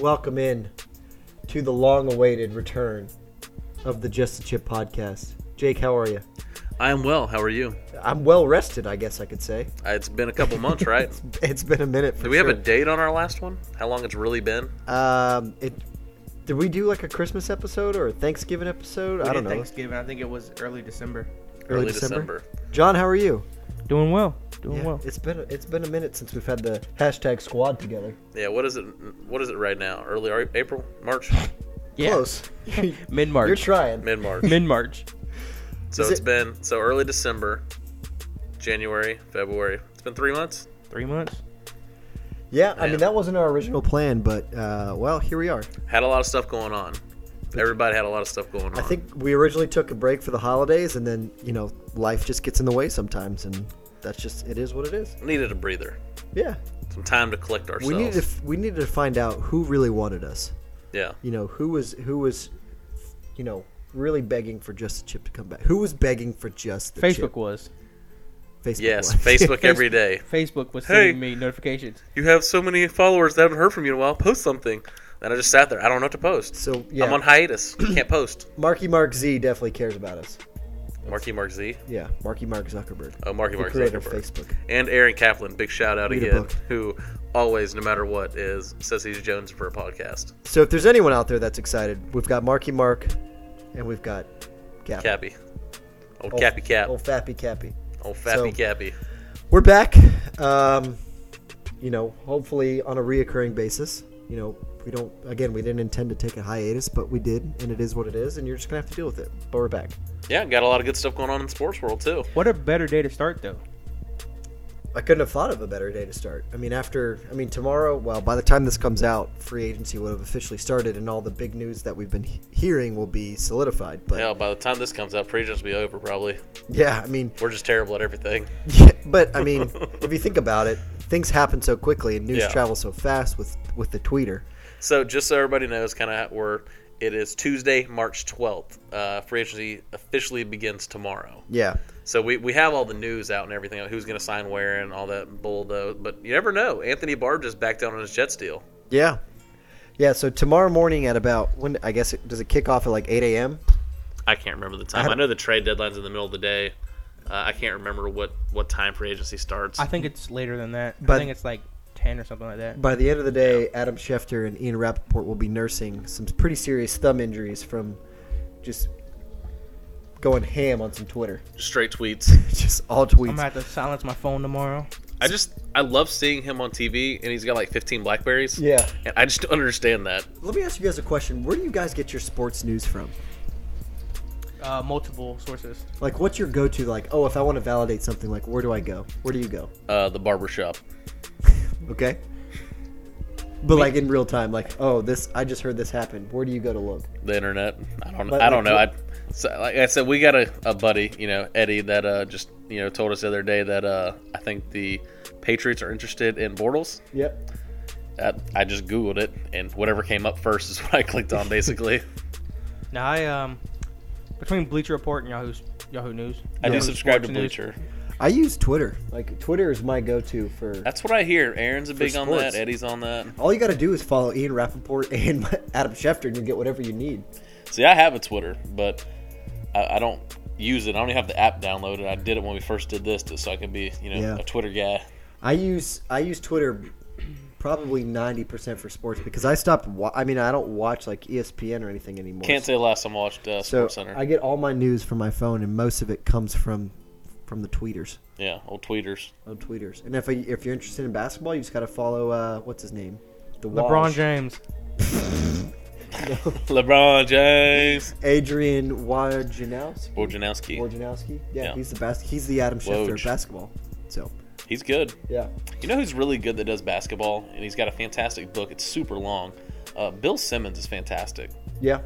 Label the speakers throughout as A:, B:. A: Welcome in to the long-awaited return of the Just a Chip podcast. Jake, how are you?
B: I'm well. How are you?
A: I'm well rested, I guess I could say.
B: Uh, It's been a couple months, right?
A: It's been a minute. For
B: Do we have
A: sure.
B: a date on our last one? How long it's really been?
A: Um, it. Did we do like a Christmas episode or a Thanksgiving episode?
C: We
A: I
C: did
A: don't know.
C: Thanksgiving. I think it was early December.
A: Early December. John, how are you?
D: Doing well. Doing
A: Yeah,
D: well.
A: It's been a- it's been a minute since we've had the hashtag squad together.
B: Yeah. What is it? What is it right now? Early Ar- April, March,
A: Close.
D: Mid
A: You're
D: March.
A: trying.
B: mid March.
D: Mid March.
B: so
A: is
B: it's
A: it-
B: been so early December, January, February. It's been three months.
D: Three months.
A: Yeah, I
B: Yeah.
A: mean that wasn't our original plan, but uh, well, here we are.
B: Had a lot of stuff going on. Everybody had a lot of stuff going on.
A: I think we originally took a break for the holidays, and then you know life just gets in the way sometimes, and that's just it is what it is.
B: needed a breather,
A: Yeah,
B: some time to collect ourselves.
A: we needed to f- we needed to find out who really wanted us.
B: yeah.
A: You know who was who was, you know, really begging for just the chip to come back. Who was begging for just the
D: Facebook
A: chip?
D: was.
A: Facebook.
B: Yes.
A: was.
B: Facebook every day.
D: Facebook was
B: Hey.
D: sending me notifications.
B: You have so many followers that haven't heard from you in a while. Post something. And I just sat there. I don't know what to post.
A: So yeah,
B: I'm on hiatus. Can't post.
A: Marky Mark Z definitely cares about us.
B: Marky Mark Z.
A: Yeah, Marky Mark Zuckerberg,
B: Oh, Marky
A: the
B: Mark
A: creator of
B: Zuckerberg.
A: Facebook.
B: And Aaron Kaplan, big shout out
A: Read a
B: again,
A: book.
B: who always, no matter what, is says he's Jones for a podcast.
A: So if there's anyone out there that's excited, we've got Marky Mark, and we've got Cap.
B: Cappy. Old Cappy Cap.
A: Old Fappy Cappy.
B: Old Fappy
A: so-
B: Cappy.
A: We're back. Um, you know, hopefully on a reoccurring basis. You know, we don't. Again, we didn't intend to take a hiatus, but we did, and it is what it is. And you're just gonna have to deal with it. But we're back.
B: Yeah, got a lot of good stuff going on in the sports world, too.
D: What a better day to start though.
A: I couldn't have thought of a better day to start. I mean, after, I mean, tomorrow, well, by the time this comes out, free agency would have officially started, and all the big news that we've been he- hearing will be solidified. But yeah,
B: Hell, by the time this comes out, pre will be over, probably.
A: I mean,
B: We're just terrible at everything.
A: but I mean, if you think about it, things happen so quickly, and news
B: Yeah.
A: travels so fast with with the tweeter.
B: So, just so everybody knows, kind of where it is Tuesday, March 12th. Uh, free agency officially begins tomorrow.
A: Yeah,
B: So we, we have all the news out and everything, who's going to sign where and all that bull, though. But you never know. Anthony Barr just backed down on his Jets deal.
A: yeah, yeah. So tomorrow morning at about when I guess it, does it kick off at like eight a.m.
B: I can't remember the time. I,
A: I-
B: know the trade deadline's in the middle of the day. Uh, I can't remember what, what time free agency starts.
D: I think it's later than that.
A: But-
D: I think it's like ten or something like that.
A: By the end of the day, Adam Schefter and Ian Rappaport will be nursing some pretty serious thumb injuries from just going ham on some Twitter.
B: Straight tweets.
A: just all
D: I'm
A: tweets.
D: gonna have to silence my phone tomorrow.
B: I just I love seeing him on TV, and he's got like 15 blackberries.
A: yeah.
B: and I just don't understand that.
A: Let me ask you guys a question. Where do you guys get your sports news from?
D: Uh, multiple sources.
A: Like, what's your go to? Like, oh, if I want to validate something, like, where do I go? Where do you go?
B: Uh, the barbershop.
A: Okay. But like in real time, like, oh, this I just heard this happen. Where do you go to look?
B: the internet. I don't.
A: But,
B: I don't
A: like,
B: know. I, so, like I said, we got a, a buddy, you know, Eddie, that uh, just you know told us the other day that uh, I think the Patriots are interested in Bortles.
A: Yep.
B: I, I just Googled it, and whatever came up first is what I clicked on, basically.
D: Now I um between Bleacher Report and Yahoo's Yahoo News.
B: I do
D: Yahoo
B: subscribe to
D: Sports News.
B: Bleacher.
A: I use Twitter. Like Twitter is my go to for
B: That's what I hear. Aaron's a big on that.
A: sports.
B: Eddie's on that.
A: all you gotta do is follow Ian Rappaport and Adam Schefter and you get whatever you need.
B: See, I have a Twitter, but I, I don't use it. I don't even have the app downloaded. I did it when we first did this, just so I could be, you know,
A: Yeah.
B: a Twitter guy.
A: I use I use Twitter probably ninety percent for sports because I stopped. Wa- I mean, I don't watch like E ESPN or anything anymore.
B: Can't say last time I watched uh,
A: so
B: Sports Center.
A: I get all my news from my phone, and most of it comes from from the tweeters.
B: yeah, old tweeters.
A: On tweeters, and if I, if you're interested in basketball, you just gotta follow uh, what's his name, the
D: LeBron
A: Walsh.
D: James.
B: LeBron James.
A: Adrian Wojnarowski.
B: Wojnarowski.
A: Wojnarowski. Yeah,
B: Yeah.
A: he's the best. He's the Adam Schefter of
B: Woj.
A: basketball. So
B: He's good.
A: yeah,
B: You know who's really good that does basketball, and he's got a fantastic book. It's super long. Uh, Bill Simmons is fantastic.
A: yeah,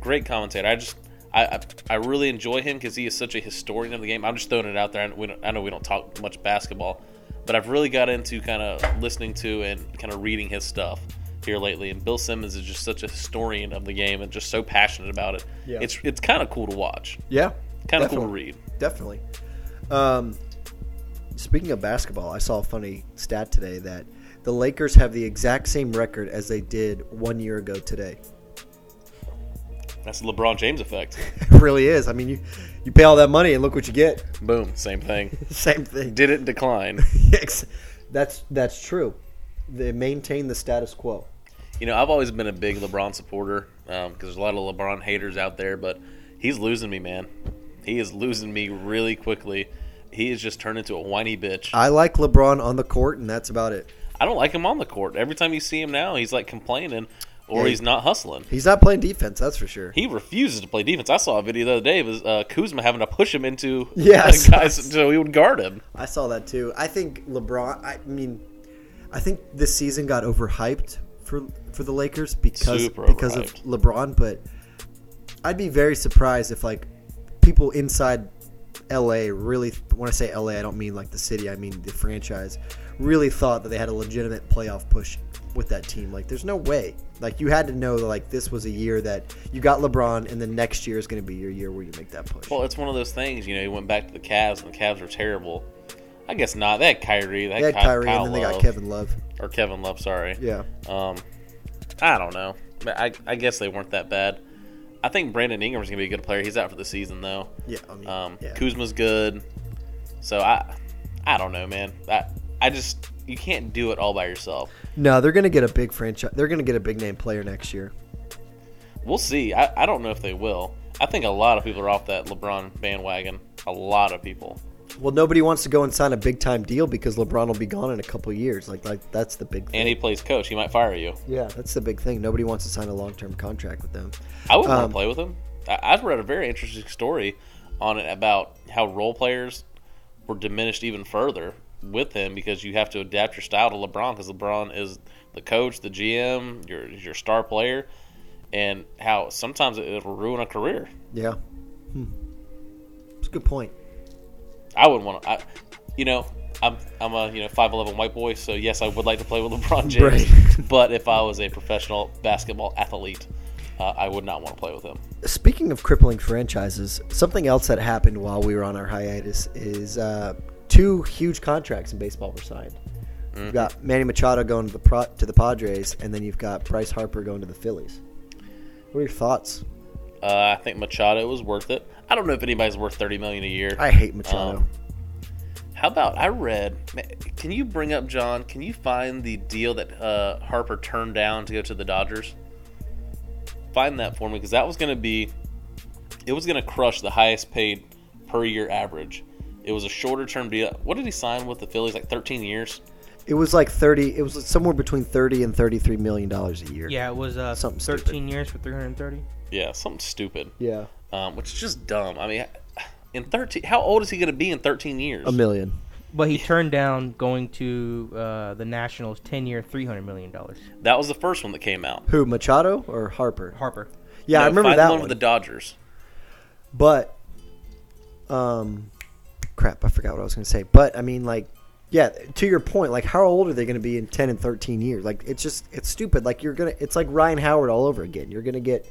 B: Great commentator. I just, I, I, I really enjoy him because he is such a historian of the game. I'm just throwing it out there. I, we don't, I know we don't talk much basketball, but I've really got into kind of listening to and kind of reading his stuff here lately. And Bill Simmons is just such a historian of the game and just so passionate about it.
A: Yeah.
B: It's it's kind of cool to watch.
A: yeah.
B: Kind of cool to
A: Definitely.
B: read.
A: Definitely. Um, speaking of basketball, I saw a funny stat today that The Lakers have the exact same record as they did one year ago today.
B: That's the LeBron James effect.
A: It really is. I mean, you you pay all that money and look what you get.
B: Boom, same thing.
A: Same thing.
B: Didn't decline.
A: Yes. that's that's true. They maintain the status quo.
B: You know, I've always been a big LeBron supporter because there's a lot of LeBron haters out there, but he's losing me, man. He is losing me really quickly. He has just turned into a whiny bitch.
A: I like LeBron on the court, and that's about it.
B: I don't like him on the court. Every time you see him now, he's like complaining or
A: Yeah.
B: he's not hustling.
A: He's not playing defense, that's for sure.
B: He refuses to play defense. I saw a video the other day of uh, Kuzma having to push him into
A: Yes.
B: guys so he would guard him.
A: I saw that too. I think LeBron. I mean, I think this season got overhyped for for the Lakers because
B: Super
A: because of
B: overhyped.
A: LeBron. But I'd be very surprised if like people inside L.A. really. When I say L.A., I don't mean like the city. I mean the franchise. Really thought that they had a legitimate playoff push with that team. Like, there's no way. Like, you had to know that like this was a year that you got LeBron, and the next year is going to be your year where you make that push.
B: Well, it's one of those things, you know, he went back to the Cavs and the Cavs were terrible. I guess not. They had Kyrie. They had,
A: they had
B: Ky-
A: Kyrie,
B: Kyle
A: and then they got
B: Love.
A: Kevin Love.
B: Or Kevin Love, sorry.
A: Yeah.
B: Um, I don't know. But I, I guess they weren't that bad. I think Brandon Ingram's going to be a good player. He's out for the season, though.
A: Yeah, I mean,
B: Um,
A: yeah.
B: Kuzma's good. So I I don't know, man. I, I just, you can't do it all by yourself.
A: No, they're gonna get a big franchise. They're gonna get a big name player next year.
B: We'll see. I, I don't know if they will. I think a lot of people are off that LeBron bandwagon. A lot of people.
A: Well, nobody wants to go and sign a big time deal because LeBron will be gone in a couple years. Like, like that's the big thing.
B: And he plays coach. He might fire you.
A: yeah, that's the big thing. Nobody wants to sign a long term contract with them.
B: I would want
A: Um,
B: to play with him. I, I've read a very interesting story on it about how role players were diminished even further with him because you have to adapt your style to LeBron because LeBron is the coach, the GM, your your star player, and how sometimes it, it'll ruin a career.
A: Yeah, hmm. it's a good point.
B: I would want to. I, you know, I'm I'm a you know five eleven white boy, so yes, I would like to play with LeBron James.
A: Right.
B: But if I was a professional basketball athlete, uh, I would not want to play with him.
A: Speaking of crippling franchises, something else that happened while we were on our hiatus is uh, two huge contracts in baseball were signed.
B: Mm-hmm.
A: You've got Manny Machado going to the pro- to the Padres, and then you've got Bryce Harper going to the Phillies. What are your thoughts?
B: Uh, I think Machado was worth it. I don't know if anybody's worth thirty million a year.
A: I hate Machado.
B: Um, How about I read? ma- Can you bring up John? Can you find the deal that uh, Harper turned down to go to the Dodgers? Find that for me because that was going to be, it was going to crush the highest paid per year average. It was a shorter term deal. What did he sign with the Phillies? Like thirteen years.
A: It was like thirty. It was somewhere between thirty and thirty-three million dollars a year.
D: Yeah, it was uh,
A: Something
D: 13
A: stupid.
D: years for 330.
B: Yeah, something stupid.
A: yeah,
B: Um, which is just dumb. I mean, in thirteen, how old is he going to be in thirteen years?
A: a million.
D: But he turned down going to uh, the Nationals 10 year, $300 million.
B: That was the first one that came out.
A: Who Machado or Harper?
D: Harper.
A: Yeah,
B: No,
A: I remember
B: find
A: that
B: the
A: one.
B: with the Dodgers.
A: but, um, crap, I forgot what I was going to say. But I mean, like, yeah, to your point, like, how old are they going to be in ten and thirteen years? Like, it's just it's stupid. Like, you're gonna, it's like Ryan Howard all over again. You're gonna get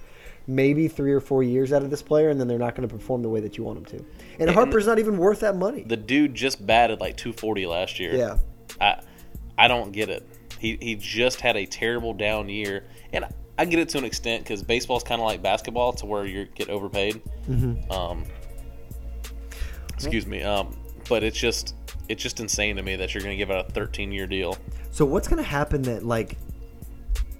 A: maybe three or four years out of this player, and then they're not going to perform the way that you want them to. And, Harper's not even worth that money.
B: the dude just batted like 240 last year.
A: yeah,
B: I I don't get it. He he just had a terrible down year, and I get it to an extent because baseball's kind of like basketball, to where you get overpaid.
A: Mm-hmm.
B: Um, excuse me. Um, but it's just it's just insane to me that you're going to give out a 13 year deal.
A: So what's going to happen that like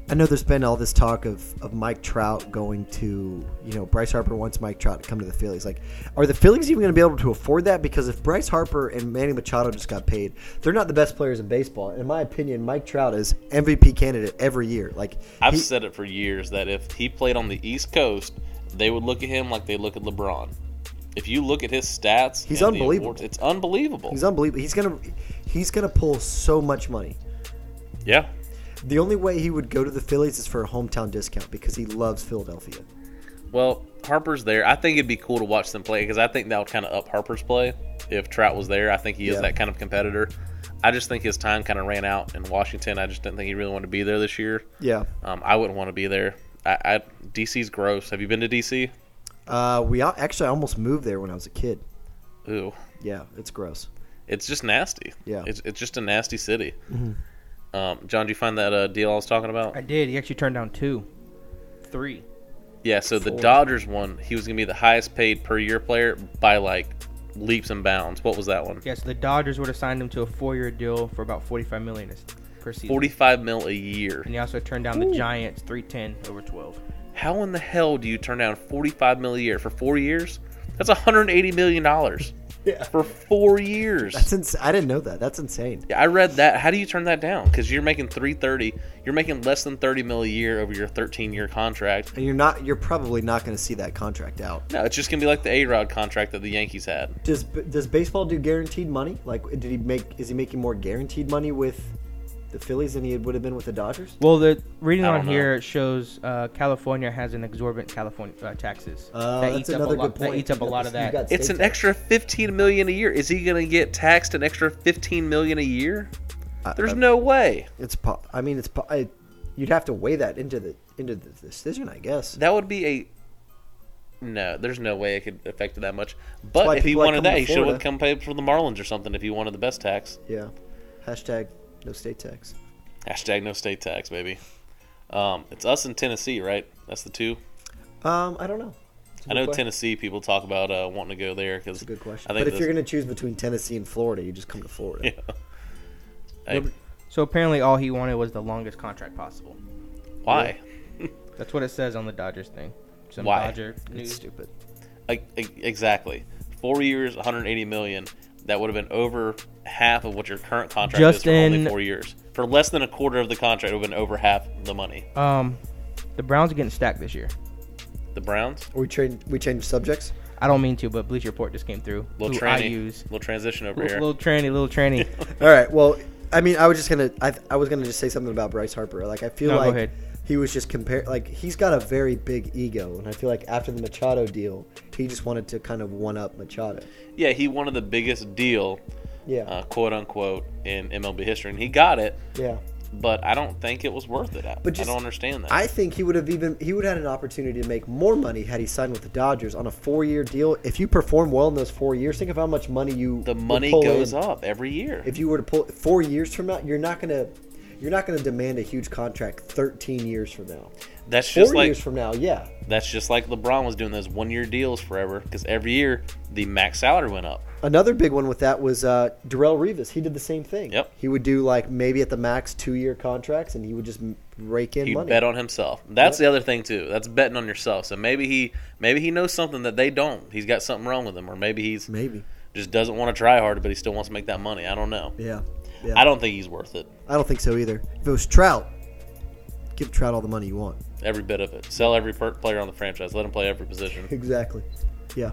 A: I know there's been all this talk of, of Mike Trout going to, you know, Bryce Harper wants Mike Trout to come to the Phillies. Like, are the Phillies even going to be able to afford that? Because if Bryce Harper and Manny Machado just got paid, they're not the best players in baseball. In my opinion, Mike Trout is MVP candidate every year. Like,
B: I've
A: he-
B: said it for years that if he played on the East Coast, they would look at him like they look at LeBron. If you look at his stats,
A: He's
B: and the
A: unbelievable.
B: awards, it's unbelievable.
A: he's unbelievable. He's gonna he's gonna pull so much money.
B: yeah,
A: The only way he would go to the Phillies is for a hometown discount because he loves Philadelphia.
B: Well, Harper's there. I think it'd be cool to watch them play because I think that would kind of up Harper's play if Trout was there. I think he is
A: Yeah.
B: that kind of competitor. I just think his time kind of ran out in Washington. I just didn't think he really wanted to be there this year.
A: Yeah.
B: Um, I wouldn't want to be there. I, I DC's gross. Have you been to DC?
A: Uh, we all, actually I almost moved there when I was a kid.
B: Ooh,
A: Yeah, it's gross.
B: it's just nasty.
A: Yeah.
B: it's, it's just a nasty city. Um, John, did you find that uh, deal I was talking about?
D: I did. He actually turned down two, three.
B: Yeah, so the
D: Four.
B: Dodgers one, he was going to be the highest paid per year player by like leaps and bounds. What was that one?
D: Yeah, so the Dodgers would have signed him to a four-year deal for about forty-five million is- per season.
B: 45 mil a year.
D: And he also turned down the Giants three ten over twelve.
B: How in the hell do you turn down 45 mil a year for four years? That's 180 million dollars
A: Yeah.
B: for four years.
A: That's ins- I didn't know that. That's insane.
B: Yeah, I read that. How do you turn that down? Because you're making 330. You're making less than 30 mil a year over your 13 year contract.
A: And you're not. You're probably not going to see that contract out.
B: No, it's just gonna be like the A Rod contract that the Yankees had.
A: Does does baseball do guaranteed money? Like, did he make? Is he making more guaranteed money with the Phillies than he would have been with the Dodgers?
D: Well, the reading
B: I
D: on
B: don't know.
D: here it shows uh, California has an exorbitant California uh, taxes
A: Uh, that's
D: up
A: another
D: a lot,
A: good point.
D: That eats up a lot of
A: You
D: that.
A: got
B: It's
A: state
B: an
A: tax.
B: extra 15 million a year. Is he gonna get taxed an extra 15 million a year? There's no way.
A: It's. Po- I mean, it's. Po- I, you'd have to weigh that into the into the decision, I guess.
B: That would be a no. There's no way it could affect it that much.
A: why
B: But if he
A: people like
B: wanted
A: coming
B: that,
A: to
B: he should have
A: Florida.
B: come paid for the Marlins or something. If he wanted the best tax,
A: yeah. Hashtag no state tax.
B: hashtag no state tax, baby. Um, it's us in Tennessee, right? That's the two.
A: Um, I don't know. It's a
B: I
A: good
B: know
A: question.
B: Tennessee people talk about uh, wanting to go there because
A: It's a good question.
B: I think
A: But if
B: this-
A: you're going to choose between Tennessee and Florida, you just come to Florida.
B: Yeah. Hey,
D: So apparently, all he wanted was the longest contract possible.
B: why?
D: That's what it says on the Dodgers thing. Some
B: Why?
D: Dodger
A: It's
D: news.
A: stupid.
B: E- e- Exactly. Four years, 180 million. That would have been over half of what your current contract is for only
D: Justin-
B: four years. For less than a quarter of the contract, it would have been over half the money.
D: Um, the Browns are getting stacked this year.
B: The Browns,
A: Are we train we change subjects.
D: I don't mean to, but Bleacher Report just came through.
B: little
D: Who I
B: tranny,
D: use.
B: little transition over
D: Little,
B: here.
D: little tranny, little tranny.
A: All right. Well, I mean, I was just gonna, I, I was gonna just say something about Bryce Harper. Like, I feel
D: No, go
A: like
D: ahead.
A: he was just compared. Like, he's got a very big ego, and I feel like after the Machado deal, he just wanted to kind of one up Machado.
B: yeah, he wanted the biggest deal,
A: Yeah.
B: uh, quote unquote, in MLB history, and he got it.
A: yeah.
B: But I don't think it was worth it. I,
A: But just-
B: I don't understand that.
A: I think he would have even he would have had an opportunity to make more money had he signed with the Dodgers on a four year deal. If you perform well in those four years, think of how much money you
B: the
A: would
B: money
A: pull
B: goes
A: in.
B: up every year.
A: If you were to pull four years from now, you're not gonna you're not gonna demand a huge contract thirteen years from now.
B: That's
A: Four
B: just like
A: years from now, yeah.
B: That's just like LeBron was doing those one year deals forever because every year the max salary went up.
A: Another big one with that was uh, Darrell Revis. He did the same thing.
B: Yep.
A: He would do like maybe at the max two year contracts, and he would just m- rake in
B: He
A: money.
B: bet on himself. That's the other thing too. That's betting on yourself. So maybe he maybe he knows something that they don't. He's got something wrong with him, or maybe he's
A: maybe.
B: just doesn't want to try harder, but he still wants to make that money. I don't know.
A: Yeah. yeah.
B: I don't think he's worth it.
A: I don't think so either. If it was Trout, give Trout all the money you want.
B: Every bit of it. Sell every per- player on the franchise. Let him play every position.
A: Exactly. Yeah.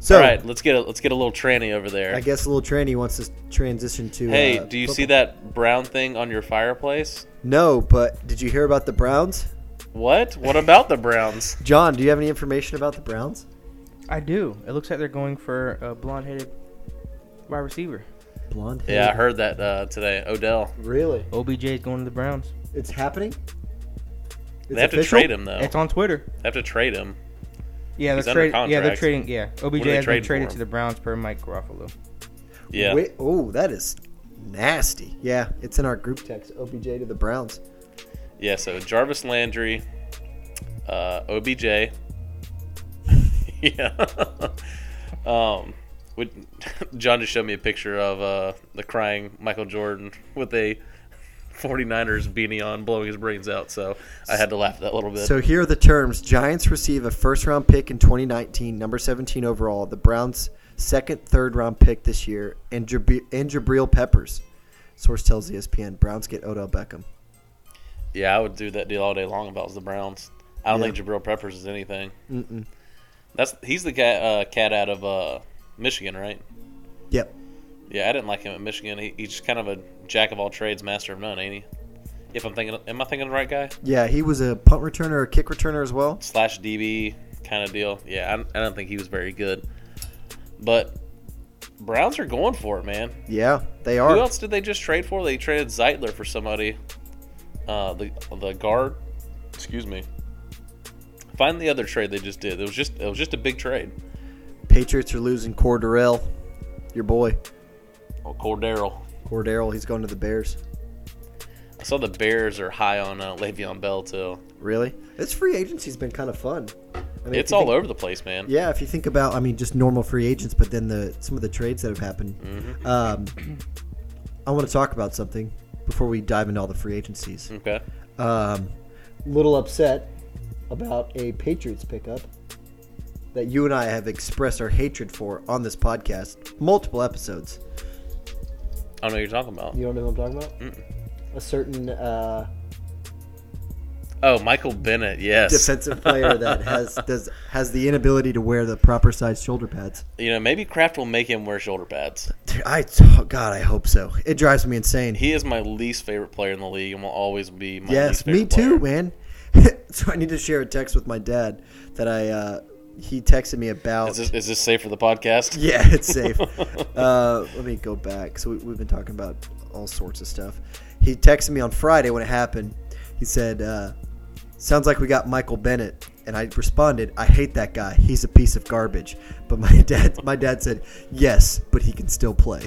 A: So
B: All right, let's get a, let's get a little tranny over there.
A: I guess little tranny wants to transition to.
B: hey,
A: uh,
B: do you
A: football.
B: see that brown thing on your fireplace?
A: No, but did you hear about the Browns?
B: What? What about the Browns?
A: John, do you have any information about the Browns?
D: I do. It looks like they're going for a blonde-headed wide receiver.
A: Blonde.
B: Yeah, I
A: hair.
B: heard that uh, today. Odell.
A: Really?
D: OBJ is going to the Browns.
A: It's happening.
B: They have to trade him though.
D: It's on Twitter.
B: They have to trade him.
D: Yeah,
B: Oh. He's
D: they're
B: under
D: trading. Yeah, they're
B: contract.
D: trading. Yeah, OBJ
B: do they
D: has
B: trade
D: been
B: for
D: traded
B: him?
D: to the Browns per Mike Garofalo.
B: Yeah.
A: oh, that is nasty. Yeah, it's in our group text. OBJ to the Browns.
B: Yeah. So Jarvis Landry, uh, OBJ. yeah. um, would John just showed me a picture of uh, the crying Michael Jordan with a 49ers beanie on, blowing his brains out. So I had to laugh at that a little bit.
A: So here are the terms: Giants receive a first-round pick in 2019, number 17 overall. The Browns' second, third-round pick this year, and, Jabri- and Jabril Peppers. Source tells E ESPN: Browns get Odell Beckham.
B: yeah, I would do that deal all day long if I was the Browns. I don't
A: Yeah.
B: think Jabril Peppers is anything. Mm-mm. That's he's the cat, uh, cat out of uh, Michigan, right?
A: Yep.
B: Yeah, I didn't like him at Michigan. He, he's just kind of a jack of all trades, master of none, ain't he? If I'm thinking, am I thinking the right guy?
A: Yeah, he was a punt returner, a kick returner as well.
B: Slash DB kind of deal. Yeah, I, I don't think he was very good. But Browns are going for it, man.
A: Yeah, they
B: Who
A: are.
B: else did they just trade for? They traded Zeitler for somebody. Uh, the the guard. Excuse me. Find the other trade they just did. It was just it was just a big trade.
A: Patriots are losing Cordell, your boy
B: Oh, Cordero.
A: Cordell. He's going to the Bears.
B: I saw the Bears are high on uh, Le'Veon Bell too.
A: Really? This free agency's been kind of fun. I mean, if
B: it's
A: you
B: all
A: think-
B: over the place, man.
A: Yeah, if you think about, I mean, just normal free agents, but then the some of the trades that have happened. Um, I want to talk about something before we dive into all the free agencies.
B: Okay.
A: Um, little upset about a Patriots pickup that you and I have expressed our hatred for on this podcast, multiple episodes.
B: I don't know what you're talking about.
A: You don't know who I'm talking about? A certain uh,
B: Oh, Michael Bennett. Yes.
A: defensive player that has does has the inability to wear the proper size shoulder pads.
B: You know, maybe Kraft will make him wear shoulder pads.
A: Dude, I oh, God, I hope so. It drives me insane.
B: He is my least favorite player in the league and will always be my
A: yes,
B: least
A: me
B: favorite
A: too,
B: player.
A: man. so I need to share a text with my dad that I uh, he texted me about.
B: Is this, is this safe for the podcast?
A: Yeah, it's safe. uh, let me go back. So we, we've been talking about all sorts of stuff. He texted me on Friday when it happened. He said, uh, "Sounds like we got Michael Bennett." And I responded, "I hate that guy. He's a piece of garbage." But my dad, my dad said, "Yes, but he can still play."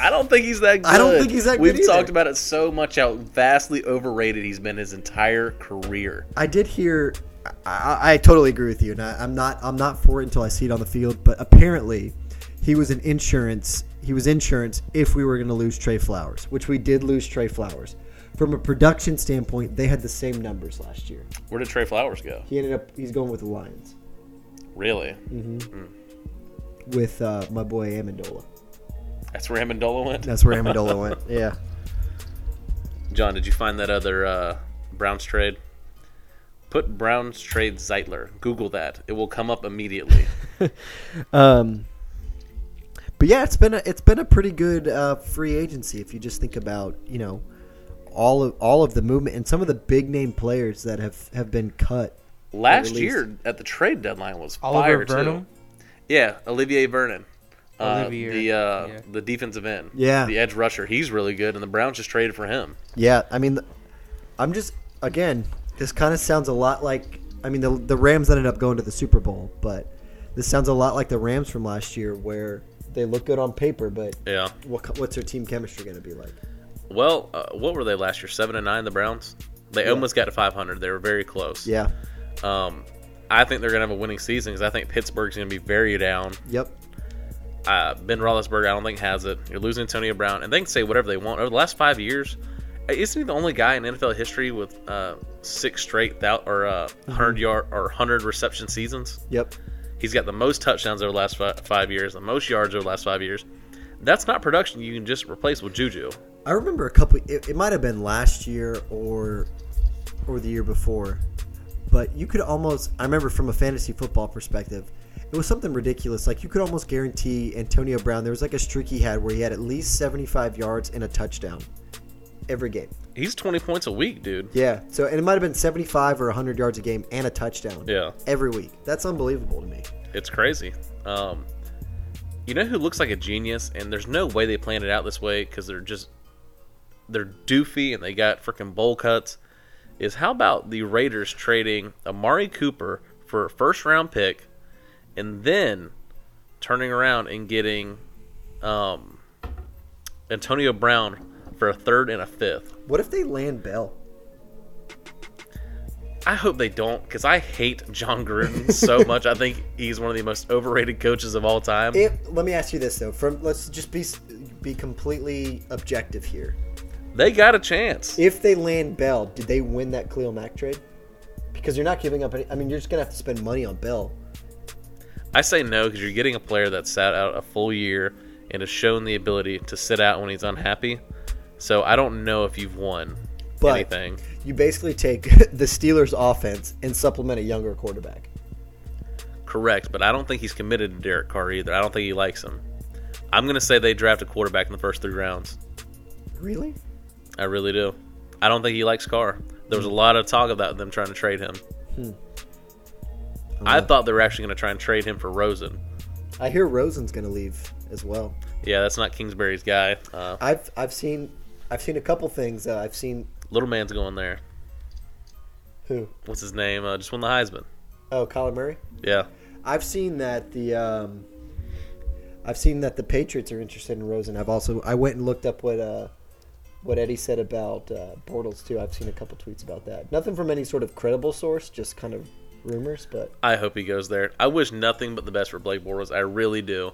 B: I don't think he's that good.
A: I don't think he's that
B: We've
A: good either.
B: talked about it so much how vastly overrated he's been his entire career.
A: I did hear. I- I, I totally agree with you, and I, I'm not. I'm not for it until I see it on the field. But apparently, he was an insurance. He was insurance if we were going to lose Trey Flowers, which we did lose Trey Flowers. From a production standpoint, they had the same numbers last year.
B: Where did Trey Flowers go?
A: He ended up. He's going with the Lions
B: Really?
A: with uh, my boy Amendola.
B: That's where Amendola went.
A: That's where Amendola went. Yeah.
B: John, did you find that other uh, Browns trade? Put Browns trade Zeitler. Google that. It will come up immediately.
A: Um, but yeah, it's been a, it's been a pretty good uh, free agency if you just think about you know all of all of the movement and some of the big name players that have have been cut.
B: Last
A: released.
B: year at the trade deadline was fire,
D: Oliver
B: too.
D: Vernon?
B: Yeah, Olivier Vernon. Uh,
D: Olivier,
B: the uh,
D: yeah.
B: the defensive end.
A: Yeah.
B: The edge rusher. He's really good, and the Browns just traded for him.
A: Yeah, I mean, I'm just again, this kind of sounds a lot like I mean the the Rams ended up going to the Super Bowl, but this sounds a lot like the Rams from last year where they look good on paper, but
B: Yeah.
A: what, co- what's their team chemistry going to be like?
B: Well, uh, what were they last year? Seven and nine. The Browns. They almost got to 500. They were very close.
A: Yeah.
B: Um, I think they're gonna have a winning season because I think Pittsburgh's gonna be very down.
A: Yep.
B: Uh, ben Roethlisberger, I don't think has it. You're losing Antonio Brown, and they can say whatever they want. Over the last five years, uh, isn't he the only guy in NFL history with uh, six straight thou- or uh, hundred yard or hundred reception seasons?
A: Yep.
B: He's got the most touchdowns over the last fi- five years, the most yards over the last five years. That's not production you can just replace with Juju.
A: I remember a couple. It, it might have been last year or or the year before, but you could almost. I remember from a fantasy football perspective, it was something ridiculous. Like you could almost guarantee Antonio Brown. There was like a streak he had where he had at least seventy-five yards and a touchdown every game.
B: He's 20 points a week, dude.
A: Yeah. So and it might have been seventy-five or hundred yards a game and a touchdown.
B: Yeah.
A: Every week. That's unbelievable to me.
B: It's crazy. Um, you know who looks like a genius, and there's no way they planned it out this way because they're just they're doofy and they got freaking bowl cuts. Is how about the Raiders trading Amari Cooper for a first round pick, and then turning around and getting um, Antonio Brown for a third and a fifth.
A: What if they land Bell?
B: I hope they don't because I hate John Gruden so much. I think he's one of the most overrated coaches of all time.
A: If, let me ask you this though. From let's just be s- be completely objective here.
B: They got a chance.
A: if they land Bell, did they win that Cleo Mack trade? Because you're not giving up any. I mean, you're just gonna have to spend money on Bell.
B: I say no because you're getting a player that sat out a full year and has shown the ability to sit out when he's unhappy. So I don't know if you've won
A: But
B: anything.
A: you basically take the Steelers' offense and supplement a younger quarterback.
B: Correct, but I don't think he's committed to Derek Carr either. I don't think he likes him. I'm going to say they draft a quarterback in the first three rounds.
A: Really?
B: I really do. I don't think he likes Carr. There was a lot of talk about them trying to trade him. I thought they were actually going to try and trade him for Rosen.
A: I hear Rosen's gonna leave as well.
B: Yeah, that's not Kingsbury's guy. Uh,
A: I've I've seen I've seen a couple things. Uh, I've seen
B: little man's going there.
A: who?
B: What's his name? Uh, just won the Heisman.
A: Oh, Colin Murray.
B: Yeah.
A: I've seen that the um, I've seen that the Patriots are interested in Rosen. I've also I went and looked up what uh, what Eddie said about uh, Bortles too. I've seen a couple tweets about that. Nothing from any sort of credible source, just kind of rumors. But
B: I hope he goes there. I wish nothing but the best for Blake Bortles. I really do.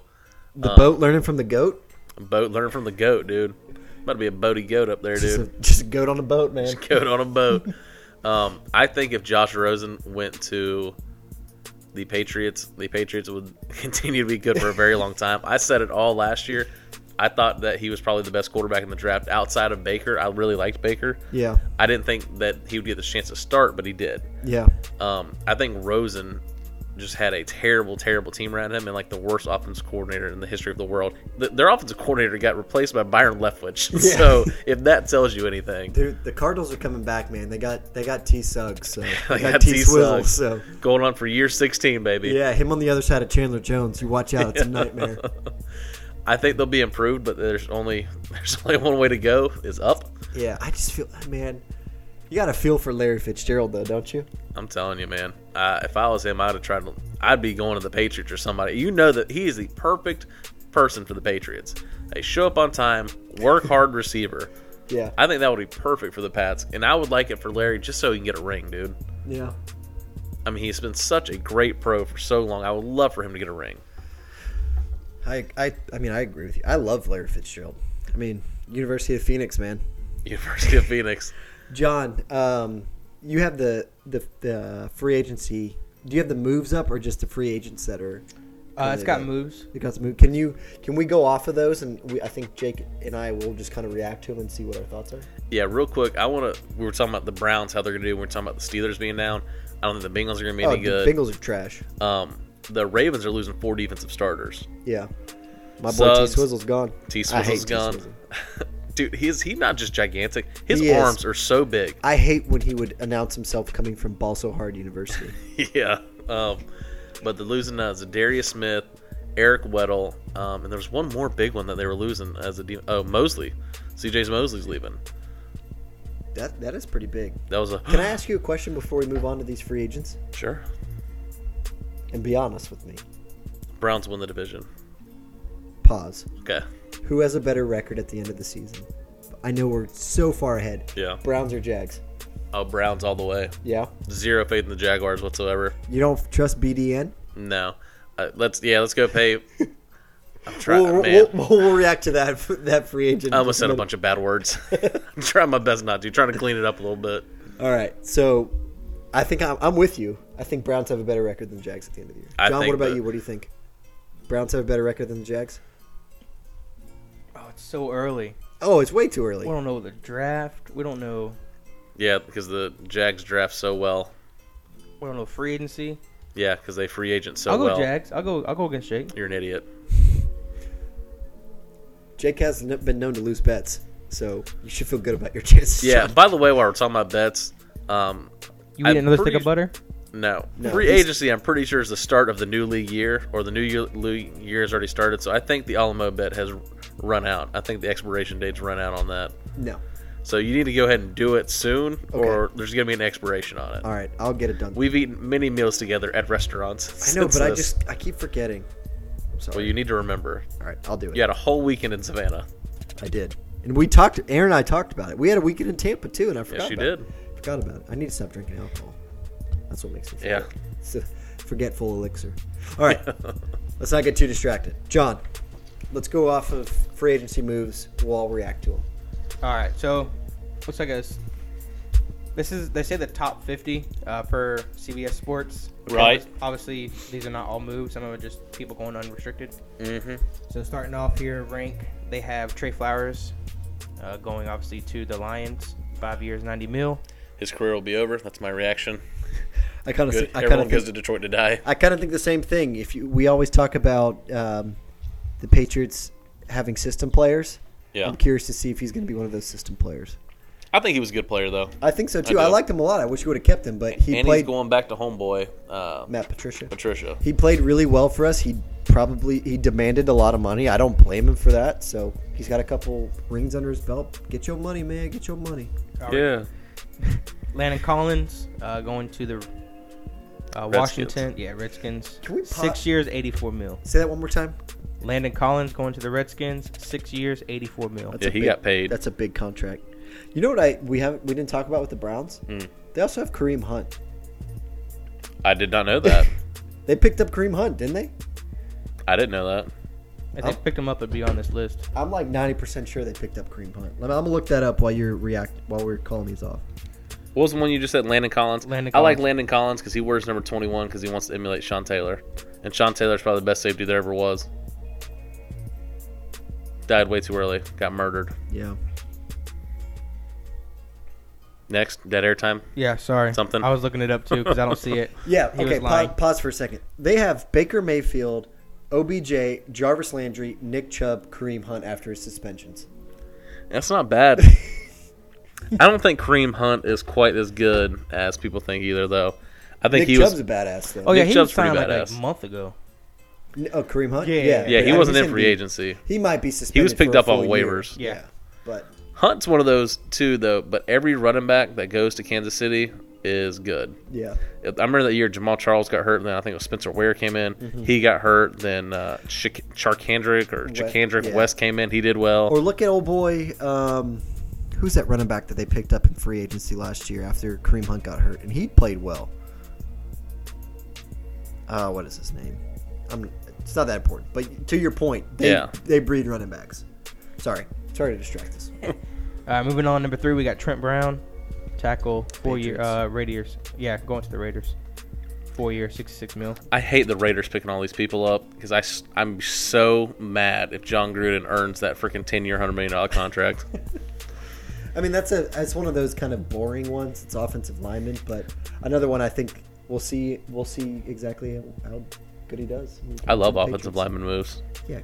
A: the boat learning from the goat,
B: Boat, learn from the goat, dude. About to be a boaty goat up there,
A: just
B: dude.
A: a, just a goat on a boat, man.
B: goat on a boat. Um, I think if Josh Rosen went to the Patriots, the Patriots would continue to be good for a very long time. I said it all last year. I thought that he was probably the best quarterback in the draft outside of Baker. I really liked Baker.
A: Yeah,
B: I didn't think that he would get the chance to start, but he did.
A: yeah.
B: Um, I think Rosen just had a terrible, terrible team around him and like the worst offense coordinator in the history of the world. Th their offensive coordinator got replaced by Byron Leftwich. So if that tells you anything,
A: Dude, the Cardinals are coming back, man. They got they got T Suggs, so they
B: Like,
A: got
B: that's
A: T
B: T.
A: Swizzle,
B: Suggs.
A: so
B: going on for year 16, baby.
A: yeah, him on the other side of Chandler Jones. You watch out; it's a nightmare.
B: I think they'll be improved, but there's only there's only one way to go is up.
A: Yeah, I just feel, man. You got a feel for Larry Fitzgerald, though, don't you?
B: I'm telling you, man. Uh, if I was him, I'd have tried to. I'd be going to the Patriots or somebody. You know that he is the perfect person for the Patriots. They show up on time, work hard receiver.
A: Yeah,
B: I think that would be perfect for the Pats, and I would like it for Larry just so he can get a ring, dude.
A: yeah.
B: I mean, he's been such a great pro for so long. I would love for him to get a ring.
A: I, I, I mean, I agree with you. I love Larry Fitzgerald. I mean, University of Phoenix, man.
B: University of Phoenix.
A: John, um, you have the the, the free agency. Do you have the moves up or just the free agents that are?
D: Uh, it's got
A: Yeah.
D: moves.
A: It got some move. Can you can we go off of those and we, I think Jake and I will just kind of react to them and see what our thoughts are.
B: Yeah, real quick, I want to. We were talking about the Browns, how they're going to do. We were talking about the Steelers being down. I don't think the Bengals are going to be
A: Oh,
B: any
A: the
B: good.
A: Bengals are trash.
B: um, the Ravens are losing four defensive starters.
A: Yeah, my boy
B: Suggs.
A: T Swizzle's gone.
B: T
A: I hate
B: Swizzle's
A: T.
B: gone.
A: Swizzle.
B: Dude, he is he not just gigantic? His
A: He is.
B: arms are so big.
A: I hate when he would announce himself coming from Balso Hard University.
B: yeah. Um, but the losing uh, Zadarius Smith, Eric Weddle, um, and there was one more big one that they were losing as a de- oh Mosley, CJ's Mosley's leaving.
A: that that is pretty big.
B: That was a
A: Can I ask you a question before we move on to these free agents?
B: sure.
A: And be honest with me.
B: Browns win the division.
A: Pause.
B: Okay.
A: Who has a better record at the end of the season? I know we're so far ahead.
B: Yeah.
A: Browns or Jags?
B: Oh, Browns all the way.
A: Yeah.
B: Zero faith in the Jaguars whatsoever.
A: You don't trust BDN?
B: No. Uh, let's yeah, let's go pay. I'm trying.
A: We'll,
B: man,
A: we'll, we'll, we'll react to that that free agent.
B: I almost said a bunch of bad words. I'm trying my best not to. Trying to clean it up a little bit.
A: All right. So I think I'm, I'm with you. I think Browns have a better record than Jags at the end of the year.
B: I
A: John, what
B: think
A: about
B: that-
A: you? What do you think? Browns have a better record than the Jags?
D: Oh, it's so early.
A: Oh, it's way too early.
D: We don't know the draft. We don't know.
B: Yeah, because the Jags draft so well.
D: We don't know free agency.
B: Yeah, because they free agent so
D: I'll go
B: well.
D: Jags. I'll go. I'll go against Jake.
B: You're an idiot.
A: Jake has n- been known to lose bets, so you should feel good about your chances.
B: Yeah. By the way, while we're talking about bets, um,
D: You
B: I'm
D: eat another stick
B: pretty-
D: of butter.
B: no,
A: No,
B: free
A: he's-
B: agency. I'm pretty sure is the start of the new league year, or the new year, league year has already started. So I think the Alamo bet has run out. I think the expiration date's run out on that.
A: No.
B: So you need to go ahead and do it soon, or there's gonna be an expiration on it.
A: All right. I'll get it done.
B: We've eaten many meals together at restaurants.
A: I know,
B: since
A: but I
B: this.
A: just I keep forgetting. I'm sorry.
B: Well, you need to remember.
A: All right, I'll do it.
B: You had a whole weekend in Savannah.
A: I did. And we talked. Aaron and I talked about it. We had a weekend in Tampa too, and I forgot.
B: Yes, you
A: about
B: did.
A: It. Forgot about it. I need to stop drinking alcohol. That's what makes me.
B: Yeah.
A: forget. It's a forgetful elixir. All right. let's not get too distracted. John, let's go off of free agency moves. We'll all react to them.
D: All right. So, looks like a. s- This is they say the top 50 uh, per CBS Sports. which
B: Right.
D: obvi- Obviously, these are not all moves. Some of them are just people going unrestricted.
B: Mm-hmm.
D: So starting off here, rank they have Trey Flowers, uh, going obviously to the Lions, five years, 90 mil.
B: His career will be over. That's my reaction.
A: I kind
B: Good.
A: of. I kind
B: Everyone
A: of
B: goes to Detroit to die.
A: I kind of think the same thing. If you, we always talk about um, the Patriots having system players,
B: Yeah,
A: I'm curious to see if he's going to be one of those system players.
B: I think he was a good player though,
A: I think so too. I,
B: do.
A: liked him a lot. I wish we would have kept him, but he
B: and he's
A: played
B: going back to homeboy uh,
A: Matt Patricia.
B: Patricia.
A: He played really well for us. He probably he demanded a lot of money. I don't blame him for that. So he's got a couple rings under his belt. Get your money, man. Get your money.
D: All right.
B: Yeah,
D: Landon Collins, uh, going to the uh, Washington. Yeah, Redskins.
A: Can we pause-
D: Six years, 84 mil.
A: Say that one more time.
D: Landon Collins going to the Redskins, six years, eighty-four mil.
A: That's
B: Yeah,
A: a
B: he
A: big-
B: got paid.
A: That's a big contract. You know what I we haven't we didn't talk about with the Browns?
B: Mm.
A: They also have Kareem Hunt.
B: I did not know that.
A: They picked up Kareem Hunt, didn't they?
B: I didn't know that.
D: If
A: Oh.
D: they picked him up, it'd be on this list.
A: I'm like 90% sure they picked up Kareem Hunt. I'm, I'm gonna look that up while you're react while we're calling these off.
B: What was the one you just said? Landon Collins.
D: Landon
B: I like
D: Collins.
B: Landon Collins because he wears number twenty-one because he wants to emulate Sean Taylor, and Sean Taylor's probably the best safety there ever was. Died way too early. Got murdered.
A: Yeah.
B: Next, dead air time.
D: Yeah, sorry.
B: Something.
D: I was looking it up too because I don't see it.
A: Yeah.
D: He was
A: okay. Pa-
D: lying.
A: pause for a second. They have Baker Mayfield, OBJ, Jarvis Landry, Nick Chubb, Kareem Hunt after his suspensions.
B: That's not bad. I don't think Kareem Hunt is quite as good as people think either, though. I think
A: Nick
B: he
A: Chubb's
B: was.
A: a badass though.
D: Oh yeah,
B: Nick
D: he
B: Chubb's
D: was signed
B: pretty
D: like a
B: badass.
D: month ago.
A: N- Oh, Kareem Hunt.
D: Yeah.
B: yeah, he
A: I mean,
B: wasn't in
A: he's
B: free
A: be-
B: agency.
A: He might be suspended.
B: He was picked
A: for a
B: up on
A: full year.
B: waivers.
D: Yeah.
A: But
B: Hunt's one of those too, though. But every running back that goes to Kansas City is good.
A: yeah,
B: I remember that year Jamal Charles got hurt, and then I think it was Spencer Ware came in. He got hurt. Then uh, Chick- Charkandrick or Chikandrick
A: yeah.
B: Mm-hmm. West came in. He did well.
A: or look at old boy. Um, who's that running back that they picked up in free agency last year after Kareem Hunt got hurt and he played well. Uh, what is his name? I'm, it's not that important. But to your point, they,
B: Yeah.
A: they breed running backs. Sorry, sorry to distract us.
D: Uh, moving on, number three, we got Trent Brown, tackle, four year,
A: Patriots.
D: uh, Raiders. Yeah, going to the Raiders, four year, sixty-six mil.
B: I hate the Raiders picking all these people up because I s- I'm so mad if John Gruden earns that freaking ten year, hundred million dollar contract.
A: I mean, that's a that's one of those kind of boring ones. It's offensive lineman, but another one I think we'll see we'll see exactly how good he does. mean,
B: I love
A: the
B: offensive
A: Patriots.
B: lineman moves.
A: Yeah,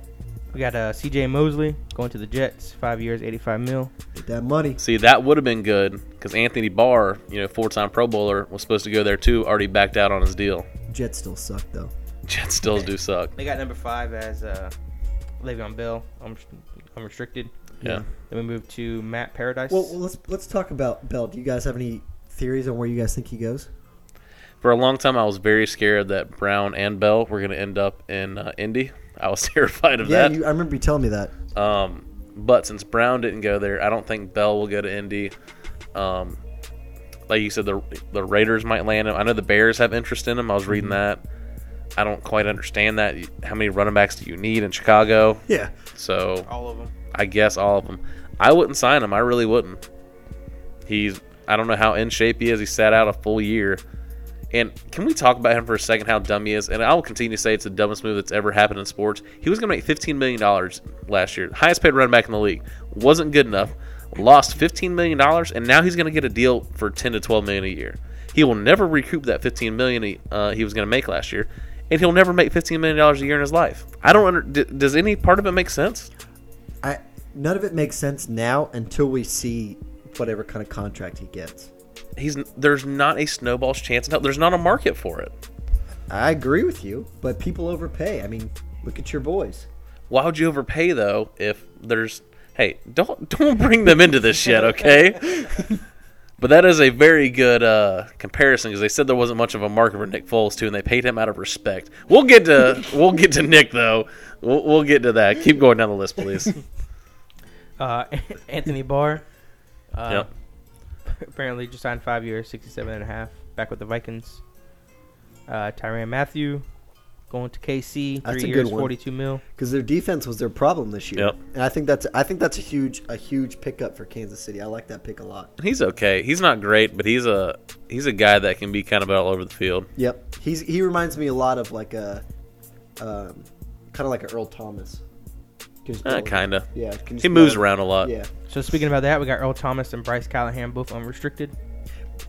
D: We got uh, C.J. Mosley going to the Jets, five years, eighty-five mil.
A: get that money.
B: See, that would have been good because Anthony Barr, you know, four time Pro Bowler, was supposed to go there too. Already backed out on his deal.
A: Jets still suck though.
B: Jets still do suck.
D: They got number five as uh, Le'Veon Bell. I'm, I'm restricted.
B: Yeah.
D: Then we move to Matt Paradise.
A: Well, well, let's let's talk about Bell. Do you guys have any theories on where you guys think he goes?
B: For a long time, I was very scared that Brown and Bell were going to end up in uh, Indy. I was terrified of
A: Yeah,
B: that.
A: you, I remember you telling me that.
B: Um, but since Brown didn't go there, I don't think Bell will go to Indy. Um, like you said, the the Raiders might land him. I know the Bears have interest in him. I was reading
A: Mm-hmm.
B: that. I don't quite understand that. How many running backs do you need in Chicago?
A: Yeah,
B: So
D: all of them.
B: I guess all of them. I wouldn't sign him. I really wouldn't. He's I don't know how in shape he is. He sat out a full year. And can we talk about him for a second? How dumb he is. And I will continue to say it's the dumbest move that's ever happened in sports. He was going to make fifteen million dollars last year, highest paid running back in the league. Wasn't good enough. Lost fifteen million dollars, and now he's going to get a deal for ten to twelve million a year. He will never recoup that fifteen million he, uh, he was going to make last year, and he'll never make fifteen million dollars a year in his life. I don't. Under, d- does any part of it make sense?
A: I none of it makes sense now until we see whatever kind of contract he gets.
B: he's there's not a snowball's chance. No, there's not a market for it.
A: I agree with you, but people overpay. I mean, look at your boys.
B: Why would you overpay though if there's hey don't don't bring them into this shit, okay? but that is a very good uh, comparison because they said there wasn't much of a market for Nick Foles too, and they paid him out of respect. We'll get to we'll get to Nick though. We'll, we'll get to that. Keep going down the list, please.
D: Uh, Anthony Barr. Uh,
B: Yep.
D: Apparently, just signed five years, sixty-seven and a half. Back with the Vikings. Uh, Tyrann Matthew going to KC. Three
A: That's a good
D: years,
A: one.
D: forty-two mil.
A: because their defense was their problem this year.
B: Yep.
A: And I think that's I think that's a huge a huge pickup for Kansas City. I like that pick a lot.
B: He's okay. He's not great, but he's a he's a guy that can be kind of all over the field.
A: Yep, he's he reminds me a lot of like a um, kind of like a Earl Thomas. Can just
B: Uh,
A: blow-
B: kinda.
A: Yeah, can just
B: He moves
A: blow-
B: around a lot.
A: Yeah,
D: So speaking about that, we got Earl Thomas and Bryce Callahan both unrestricted.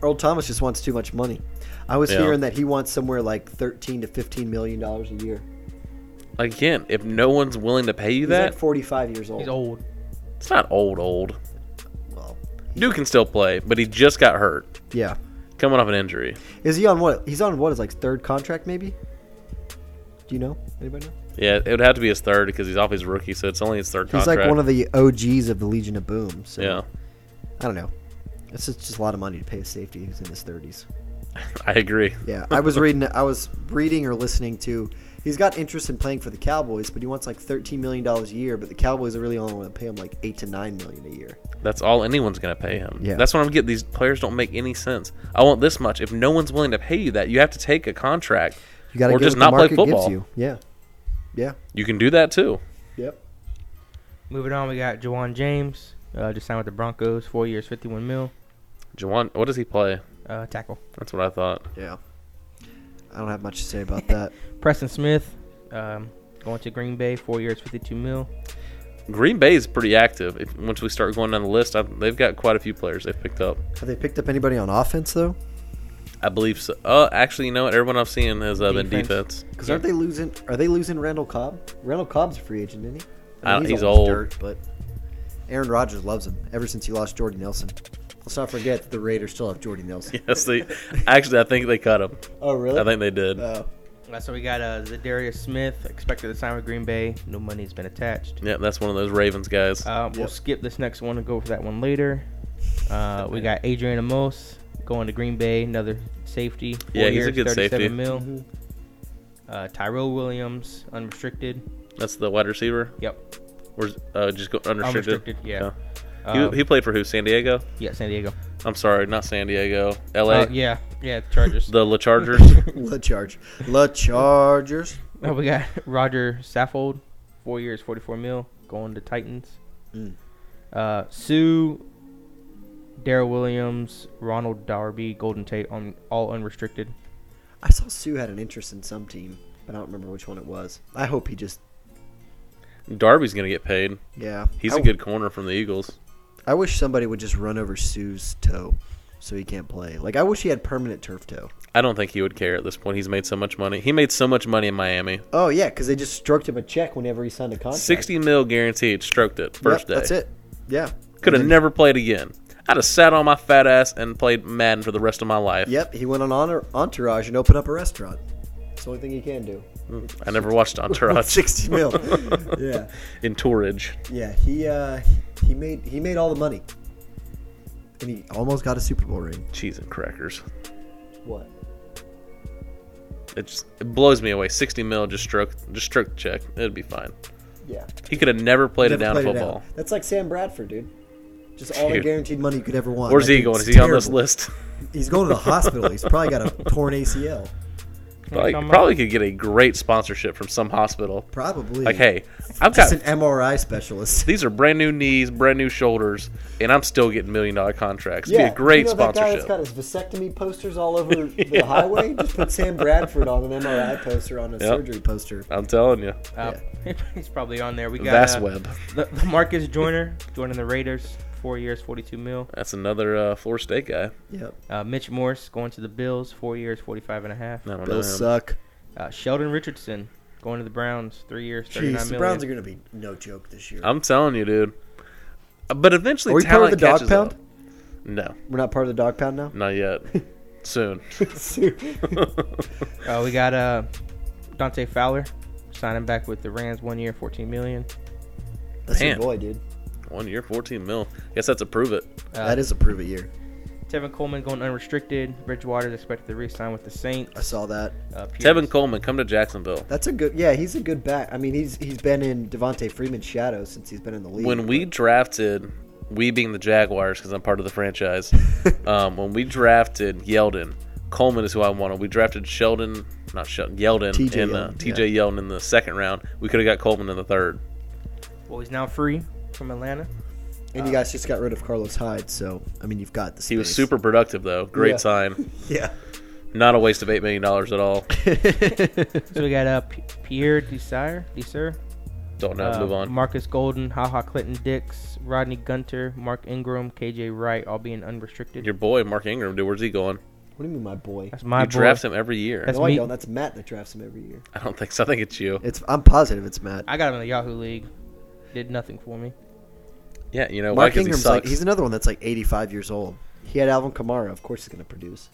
A: Earl Thomas just wants too much money. I was
B: Yeah.
A: hearing that he wants somewhere like thirteen to fifteen million dollars a year.
B: Like again, if no one's willing to pay you
A: He's
B: that,
A: like forty five years old.
D: He's old.
B: It's not old, old.
A: Well,
B: Duke can still play, but he just got hurt,
A: yeah.
B: coming off an injury.
A: Is he on what? He's on what is like third contract maybe? Do you know anybody? Know?
B: Yeah, it would have to be his third because he's off his rookie, so it's only his third
A: He's
B: contract.
A: like one of the OGs of the Legion of Boom. So
B: yeah,
A: I don't know. It's just, just a lot of money to pay a safety who's in his thirties.
B: I agree.
A: Yeah, I was reading. I was reading or listening to he's got interest in playing for the Cowboys, but he wants like thirteen million dollars a year. But the Cowboys are really only going to pay him like eight to nine million a year.
B: That's all anyone's going to pay him.
A: Yeah.
B: That's what I'm getting. These players don't make any sense. I want this much. If no one's willing to pay you that, you have to take a contract
A: You got to
B: or just not play football. You.
A: Yeah, yeah,
B: can do that too.
A: yep.
D: Moving on, we got Jawan James. Uh, just signed with the Broncos, four years, fifty-one mil.
B: Jawan, what does he play?
D: Uh, tackle.
B: That's what I thought.
A: Yeah. I don't have much to say about that.
D: Preston Smith, um, going to Green Bay, four years, fifty-two mil.
B: Green Bay is pretty active. If, once we start going down the list, I, they've got quite a few players they've picked up.
A: have they picked up anybody on offense though?
B: I believe so. Oh, actually, you know what? Everyone I've seen has uh, been
D: Defense.
B: defense.
A: Because aren't they losing? Are they losing Randall Cobb? Randall Cobb's a free agent, isn't he?
B: I don't- Uh, he's
A: as
B: old.
A: dirt, but Aaron Rodgers loves him ever since he lost Jordy Nelson. Let's not forget that the Raiders still have Jordy Nelson.
B: Yes, they. Actually, I think they cut him.
A: Oh, really?
B: I think they did.
A: Oh.
D: Uh, so we got uh, Zadarius Smith, expected to sign with Green Bay. No money's been attached.
B: Yeah, that's one of those Ravens guys.
D: Uh, we'll
A: Yep.
D: skip this next one and go for that one later. Uh, we got Adrian Amos going to Green Bay, another safety. Four
B: Yeah, he's a
D: years,
B: good
D: 37
B: safety.
D: Mil.
A: Mm-hmm.
D: Uh, Tyrell Williams, unrestricted.
B: that's the wide receiver.
D: Yep,
B: Or uh, just go unrestricted. Oh.
D: unrestricted. Yeah.
B: He,
D: Uh,
B: he played for who? San Diego.
D: yeah, San Diego.
B: I'm sorry, not San Diego. L.A.
D: Uh, yeah, yeah, Chargers.
B: The La Chargers.
A: La Charge. La Chargers.
D: Uh, we got Roger Saffold, four years, 44 mil, going to Titans.
A: Mm.
D: Uh, Sue, Daryl Williams, Ronald Darby, Golden Tate, on all unrestricted.
A: I saw Sue had an interest in some team, but I don't remember which one it was. I hope he just.
B: Darby's gonna get paid.
A: Yeah.
B: He's
A: I,
B: a good corner from the Eagles.
A: I wish somebody would just run over Sue's toe so he can't play. Like, I wish he had permanent turf toe.
B: I don't think he would care at this point. He's made so much money. He made so much money in Miami.
A: Oh, yeah, because they just stroked him a check whenever he signed a contract.
B: Sixty mil guaranteed. Stroked it first
A: Yep,
B: day.
A: That's it. Mm-hmm. Yeah.
B: Could have never played again. I'd have sat on my fat ass and played Madden for the rest of my life.
A: Yep, he went on Honor- Entourage and opened up a restaurant. It's the only thing he can do.
B: I never watched Entourage
A: 60 mil. yeah.
B: in Tourage.
A: Yeah, he uh, he made he made all the money. And he almost got a Super Bowl ring.
B: Cheese and crackers.
A: What?
B: It just it blows me away. Sixty mil just stroke just stroke the check. It'd be fine.
A: Yeah.
B: He could have never played
A: Never
B: it down
A: played it
B: football.
A: down. That's like Sam Bradford, dude. Just all the
B: Dude.
A: guaranteed money you could ever want.
B: Where's
A: That
B: he going? Is
A: dude's
B: he on this
A: terrible.
B: list?
A: He's going to the hospital. He's probably got a torn ACL.
B: Probably,
D: talking about?
B: probably could get a great sponsorship from some hospital.
A: Probably.
B: Like, hey, I've
A: just
B: got
A: an MRI specialist.
B: these are brand new knees, brand new shoulders, and I'm still getting million dollar contracts. It'd be a
A: you
B: great
A: know
B: sponsorship.
A: That guy that's got his vasectomy posters all over the highway. Just put Sam Bradford on an MRI poster on a surgery poster.
B: I'm telling you,
D: Uh, he's probably on there. We got
B: Vast
D: uh,
B: Web.
D: The, the Marcus Joyner joining the Raiders, four years, 42 mil.
B: That's another uh, Florida State guy.
A: Yep.
D: Uh, Mitch Morse going to the Bills, four years, 45 and a half.
B: I don't know
A: Bills
B: him.
A: suck.
D: Uh, Sheldon Richardson going to the Browns, three years,
A: Jeez,
D: 39 million.
A: the Browns are going to be no joke this year.
B: I'm telling you, dude. Uh, But eventually,
A: Are we part of
B: talent
A: the dog
B: catches up.
A: pound?
B: No,
A: We're not part of the dog pound now.
B: not yet. Soon.
D: Uh, we got uh, Dante Fowler signing back with the Rams, one year, 14 million.
A: That's
B: Man.
A: your boy, dude.
B: One year, 14 mil. Guess that's a prove it.
D: Uh,
A: that is a prove it year.
D: Tevin Coleman going unrestricted. Bridgewater is expected to re-sign with the Saints.
A: I saw that.
D: Uh, Pierce-
B: Tevin Coleman, come to Jacksonville.
A: That's a good. Yeah, he's a good back. I mean, he's he's been in Devonte Freeman's shadow since he's been in the league.
B: When we drafted, we being the Jaguars, because I'm part of the franchise, um, when we drafted Yeldon, Coleman is who I wanted. We drafted Sheldon, not Sheldon, Yeldon,
A: TJ
B: and uh,
A: Yeldon,
B: TJ Yeldon in the second round. We could have got Coleman in the third.
D: Well, he's now free from Atlanta.
A: and you guys just got rid of Carlos Hyde, so I mean, you've got the. Space.
B: Uh, He was super productive, though. Great
A: Yeah.
B: sign.
A: Yeah.
B: Not a waste of $8 million at all.
D: So we got uh, P- Pierre Desire, Desire,
B: Don't know.
D: uh,
B: Move on.
D: Marcus Golden, HaHa Clinton Dix, Rodney Gunter, Mark Ingram, KJ Wright, all being unrestricted.
B: Your boy, Mark Ingram, dude, where's he going?
A: What do you mean, my boy?
D: That's my
B: you
D: boy.
B: draft him every year.
D: That's-
A: no, I
D: me.
A: don't. That's Matt that drafts him every year.
B: I don't think so. I think it's you.
A: It's. I'm positive it's Matt.
D: I got him in the Yahoo League. Did nothing for me.
B: Yeah, you know, why?
A: Mark
B: 'Cause
A: Ingram's
B: he
A: like
B: sucks.
A: he's another one that's like 85 years old. He had Alvin Kamara. Of course, he's going to produce.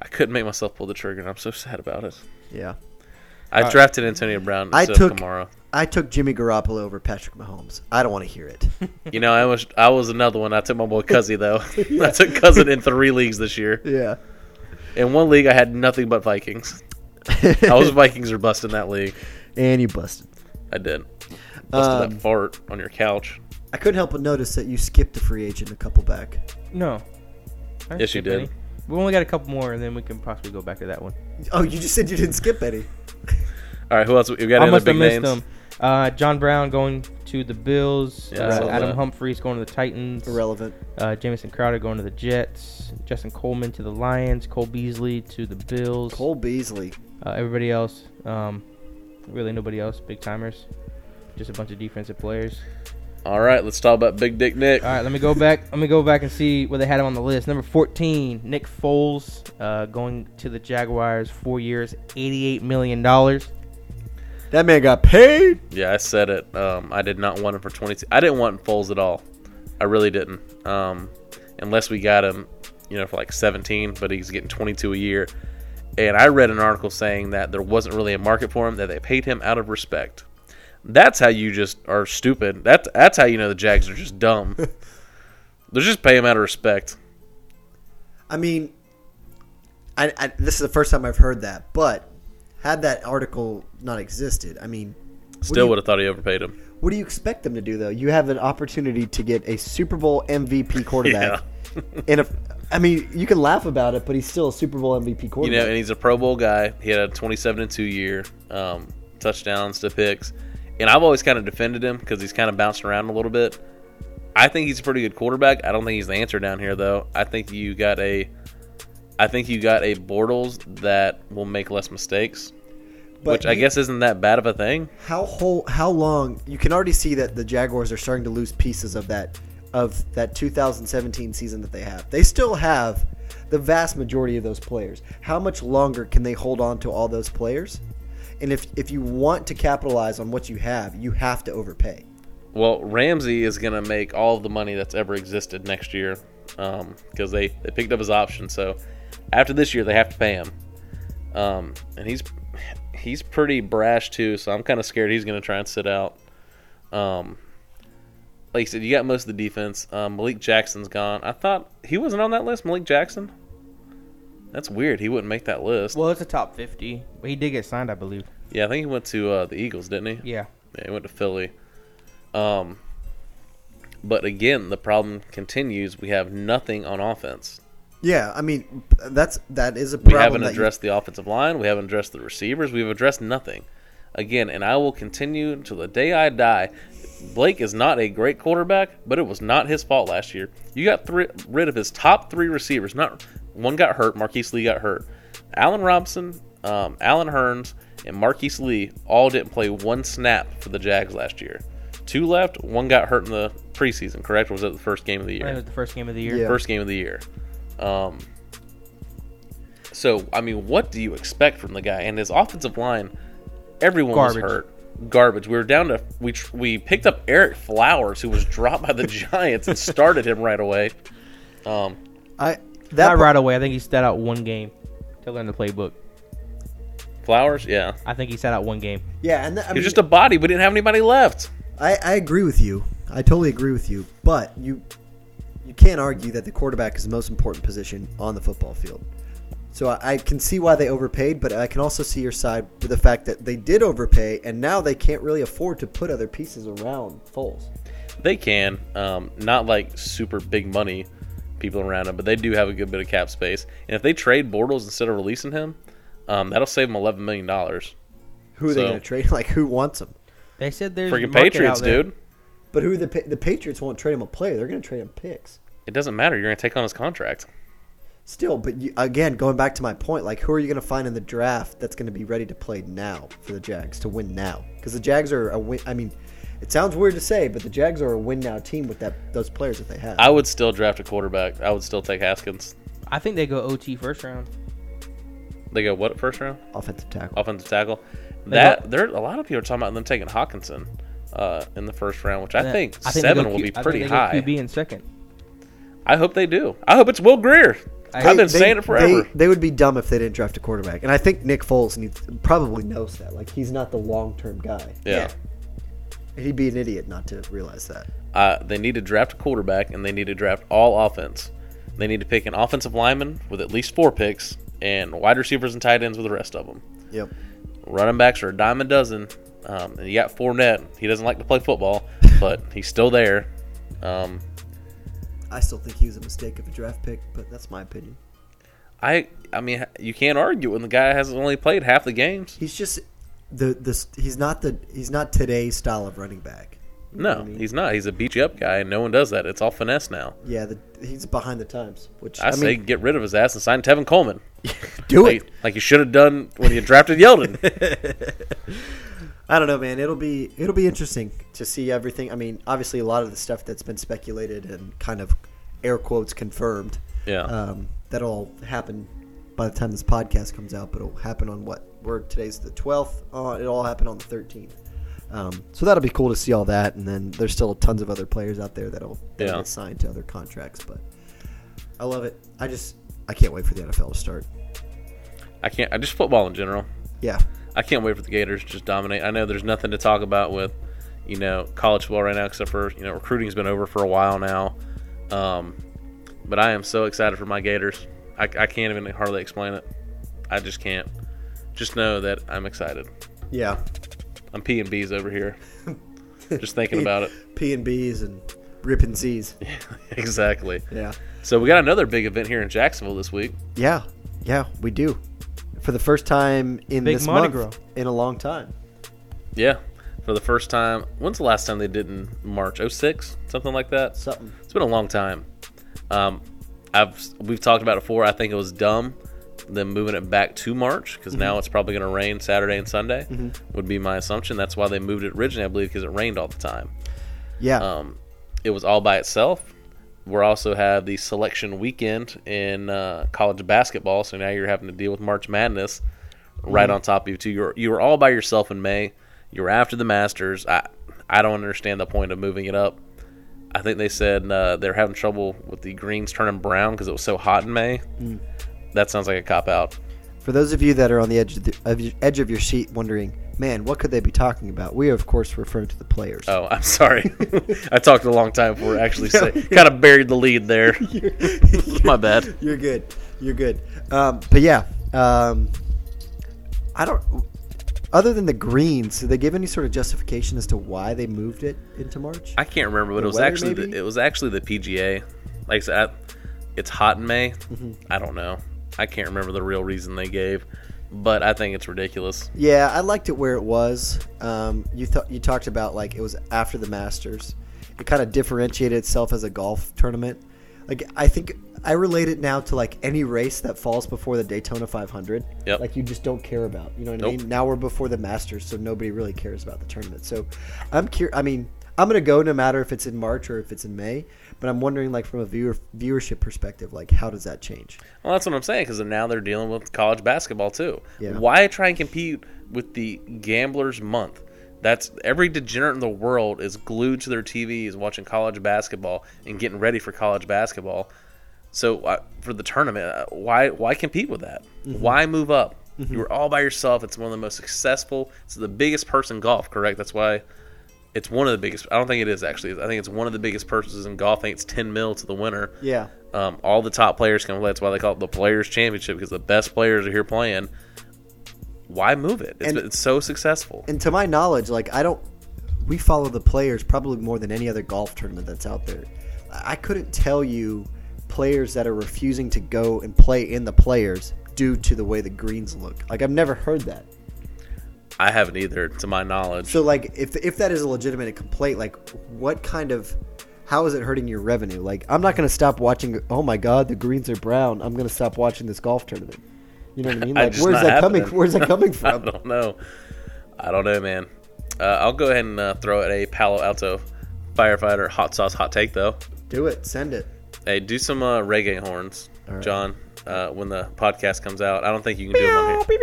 B: I couldn't make myself pull the trigger, and I'm so sad about it.
A: Yeah.
B: I drafted Antonio Brown
A: I
B: instead
A: took-
B: of Kamara.
A: I took Jimmy Garoppolo over Patrick Mahomes. I don't want to hear it.
B: You know, I was I was another one. I took my boy Cuzzy though. I took Cousin in three leagues this year.
A: yeah.
B: In one league, I had nothing but Vikings. I was Vikings are busting that league.
A: and you busted.
B: I did. Busted
A: Um,
B: that fart on your couch.
A: I couldn't help but notice that you skipped a free agent a couple back.
D: No. I didn't
B: Yes, you
D: skip
B: did.
D: any. We only got a couple more, and then we can possibly go back to that one.
A: Oh, you just said you didn't skip any.
B: All right, who else? We got any
D: I
B: other
D: must have
B: big
D: missed
B: names?
D: them. Uh, John Brown going to the Bills.
B: Yeah, I
D: uh,
B: saw
D: Adam
B: that.
D: Humphreys going to the Titans.
A: Irrelevant.
D: Uh, Jamison Crowder going to the Jets. Justin Coleman to the Lions. Cole Beasley to the Bills.
A: Cole Beasley.
D: Uh, everybody else, um, really nobody else, big timers. Just a bunch of defensive players.
B: All right, let's talk about Big Dick Nick.
D: All right, let me go back. Let me go back and see where they had him on the list. Number fourteen, Nick Foles, uh, going to the Jaguars, four years, eighty-eight million dollars.
A: That man got paid.
B: Yeah, I said it. Um, I did not want him for 22. I didn't want Foles at all. I really didn't. Um, unless we got him, you know, for like 17, but he's getting 22 a year. And I read an article saying that there wasn't really a market for him, that they paid him out of respect. That's how you just are stupid. That's that's how you know the Jags are just dumb. They're just paying him out of respect.
A: I mean, I, I this is the first time I've heard that. But had that article not existed, I mean, what do
B: Still
A: you-
B: would have thought he overpaid him.
A: What do you expect them to do though? You have an opportunity to get a Super Bowl MVP quarterback. and if I mean, you can laugh about it, but he's still a Super Bowl MVP
B: You know,
A: quarterback.
B: and he's a Pro Bowl guy. He had a 27 and 2 year um, touchdowns to picks. And I've always kind of defended him because he's kind of bounced around a little bit. I think he's a pretty good quarterback. I don't think he's the answer down here though. I think you got a I think you got a Bortles that will make less mistakes,
A: But
B: which I
A: you-
B: guess isn't that bad of a thing.
A: how whole how long you can already see that the Jaguars are starting to lose pieces of that of that 2017 season that they have. They still have the vast majority of those players. How much longer can they hold on to all those players? And if if you want to capitalize on what you have, you have to overpay.
B: Well, Ramsey is going to make all of the money that's ever existed next year because they, they picked up his option. So after this year, they have to pay him. Um, and he's he's pretty brash too, so I'm kind of scared he's going to try and sit out. Um, like you said, you got most of the defense. Um, Malik Jackson's gone. I thought he wasn't on that list. Malik Jackson. That's weird. He wouldn't make that list.
D: Well, it's a top fifty, but he did get signed, I believe.
B: Yeah, I think he went to uh, the Eagles, didn't he?
D: Yeah.
B: Yeah, he went to Philly. Um, but again, the problem continues. We have nothing on offense.
A: Yeah, I mean that's that is a
B: We
A: problem.
B: haven't
A: that you-
B: addressed the offensive line. We haven't addressed the receivers. We've addressed nothing. Again, and I will continue until the day I die. Blake is not a great quarterback, but it was not his fault last year. You got three, rid of his top three receivers. Not one got hurt. Marquise Lee got hurt. Allen Robinson, um, Allen Hearns, and Marquise Lee all didn't play one snap for the Jags last year. Two left. One got hurt in the preseason. Correct? Or was it the first game of the year?
D: I think it was the first game of the year.
A: Yeah.
B: first game of the year. Um, so I mean, what do you expect from the guy and his offensive line? Everyone
D: Garbage.
B: was hurt. Garbage. We were down to we tr- we picked up Eric Flowers, who was dropped by the Giants, and started him right away. Um,
A: I that
D: Not
A: part-
D: right away. I think he sat out one game to learn the playbook.
B: Flowers, yeah,
D: I think he sat out one game.
A: Yeah, and that, I
B: he
A: mean,
B: was just a body. We didn't have anybody left.
A: I, I agree with you. I totally agree with you. But you you can't argue that the quarterback is the most important position on the football field. So I, I can see why they overpaid, but I can also see your side with the fact that they did overpay, and now they can't really afford to put other pieces around Foles.
B: They can, um, not like super big money people around him, but they do have a good bit of cap space. And if they trade Bortles instead of releasing him, um, that'll save them eleven million dollars.
A: Who are they
B: So-
A: going to trade? Like who wants them?
D: They said there's
B: Freaking
D: market out
B: Patriots,
D: there.
B: dude.
A: But who are the Pa- the Patriots won't trade him a player? They're going to trade him picks.
B: It doesn't matter. You're going to take on his contract.
A: Still, but you, again, going back to my point, like who are you going to find in the draft that's going to be ready to play now for the Jags to win now? Because the Jags are a win. I mean, it sounds weird to say, but the Jags are a win now team with that those players that they have.
B: I would still draft a quarterback. I would still take Haskins.
D: I think they go OT first round.
B: They go what first round
A: Offensive tackle.
B: offensive tackle.
D: They
B: That there a lot of people are talking about them taking Hawkinson uh, in the first round, which I
D: Then-
B: think,
D: they
B: seven
D: go
B: will
D: Q-
B: be
D: I think
B: pretty
D: they go
B: high.
D: QB in second.
B: I hope they do. I hope it's Will Greer. I,
D: They-
B: have been saying it forever.
A: They, they would be dumb if they didn't draft a quarterback, and I think Nick Foles needs, probably knows that. Like he's not the long term guy.
B: yeah.
A: He'd be an idiot not to realize that.
B: Uh, they need to draft a quarterback and they need to draft all offense. They need to pick an offensive lineman with at least four picks and wide receivers and tight ends with the rest of them.
A: Yep.
B: Running backs are a dime a dozen. Um, and you got Fournette. He doesn't like to play football, but he's still there. Um,
A: I still think he was a mistake of a draft pick, but that's my opinion.
B: I I mean, you can't argue when the guy has only played half the games.
A: He's just the the he's not the he's not today's style of running back.
B: No, he's not. He's a beat you up guy, and no one does that. It's all finesse now.
A: Yeah, the, he's behind the times, which
B: I,
A: I,
B: say
A: mean,
B: get rid of his ass and sign Tevin Coleman.
A: do
B: Like,
A: it.
B: like you should have done when you drafted Yeldon.
A: I don't know, man. It'll be it'll be interesting to see everything. I mean, obviously, a lot of the stuff that's been speculated and kind of air quotes confirmed.
B: Yeah.
A: um, that'll all happen by the time this podcast comes out, but it'll happen on what? We're today's the twelfth. Uh, it'll all happen on the thirteenth. Um, so that'll be cool to see all that, and then there's still tons of other players out there that'll, that'll
B: Yeah.
A: get signed to other contracts. But I love it. I just I can't wait for the NFL to start.
B: I can't. I just football in general.
A: Yeah,
B: I can't wait for the Gators to just dominate. I know there's nothing to talk about with, you know, college football right now except for you know recruiting's been over for a while now, um, but I am so excited for my Gators. I, I can't even hardly explain it. I just can't. Just know that I'm excited.
A: yeah.
B: I'm P and B's over here. just thinking about it.
A: P and B's and ripping Z's.
B: Exactly.
A: Yeah,
B: So we got another big event here in Jacksonville this week.
A: yeah, yeah. We do for the first time in
D: Big
A: this
D: Mardi
A: month
D: Gras.
A: in a long time.
B: Yeah. For the first time. When's the last time they did in March? 06? Something like that?
A: Something.
B: It's been a long time. Um, I've we've talked about it before. I think it was dumb. Then moving it back to March because now it's probably going to rain Saturday and Sunday would be my assumption. That's why they moved it originally, I believe, because it rained all the time.
A: Yeah,
B: Um, it was all by itself. We're also have the selection weekend in uh, college basketball, so now you're having to deal with March Madness right on top of you too. You're you were all by yourself in May. You were after the Masters. I I don't understand the point of moving it up. I think they said uh, they're having trouble with the greens turning brown because it was so hot in May. That sounds like a cop out.
A: For those of you that are on the edge of, the, of your, edge of your seat, wondering, man, what could they be talking about? We are, of course, referring to the players.
B: Oh, I'm sorry. I talked a long time before I actually say. Kind of buried the lead there. My bad.
A: You're good. You're good. Um, but yeah, um, I don't. Other than the greens, did they give any sort of justification as to why they moved it into March?
B: I can't remember, but
A: The
B: it was
A: weather,
B: actually
A: maybe?
B: the, it was actually the PGA. Like I said, I, it's hot in May.
A: Mm-hmm.
B: I don't know. I can't remember the real reason they gave, but I think it's ridiculous.
A: yeah, I liked it where it was. Um, you thought you talked about like it was after the Masters. It kind of differentiated itself as a golf tournament. Like I think I relate it now to like any race that falls before the Daytona 500.
B: Yep.
A: Like you just don't care about. You know what I
B: Nope.
A: mean? Now we're before the Masters, so nobody really cares about the tournament. So I'm curious. I mean, I'm gonna go no matter if it's in March or if it's in May. But I'm wondering, like from a viewer viewership perspective, like how does that change?
B: Well, that's what I'm saying because now they're dealing with college basketball too.
A: Yeah.
B: Why try and compete with the Gamblers Month? That's every degenerate in the world is glued to their TVs watching college basketball and getting ready for college basketball. So uh, for the tournament, uh, why why compete with that? Why move up? You were all by yourself. It's one of the most successful. It's the biggest person golf, correct? That's why it's one of the biggest. I don't think it is actually. I think it's one of the biggest purses in golf. I think it's ten mil to the winner.
A: Yeah.
B: Um, all the top players can play. That's why they call it the Players Championship because the best players are here playing. Why move it? It's,
A: And-
B: it's so successful.
A: and to my knowledge, like I don't, we follow the players probably more than any other golf tournament that's out there. I I couldn't tell you players that are refusing to go and play in the players due to the way the greens look. Like I've never heard that.
B: I haven't either, to my knowledge.
A: So like if if that is a legitimate complaint, like what kind of how is it hurting your revenue? Like I'm not going to stop watching. Oh my God, the greens are brown. I'm going to stop watching this golf tournament. You know what I mean?
B: I
A: Like
B: just
A: where's
B: not
A: that
B: happening.
A: coming? Where's that coming
B: I
A: from?
B: don't know. I don't know, man. Uh, I'll go ahead and uh, throw it a Palo Alto firefighter hot sauce hot take though.
A: Do it. Send it.
B: Hey, do some uh, reggae horns,
A: right.
B: John. Uh, when the podcast comes out, I don't think you can do them on here.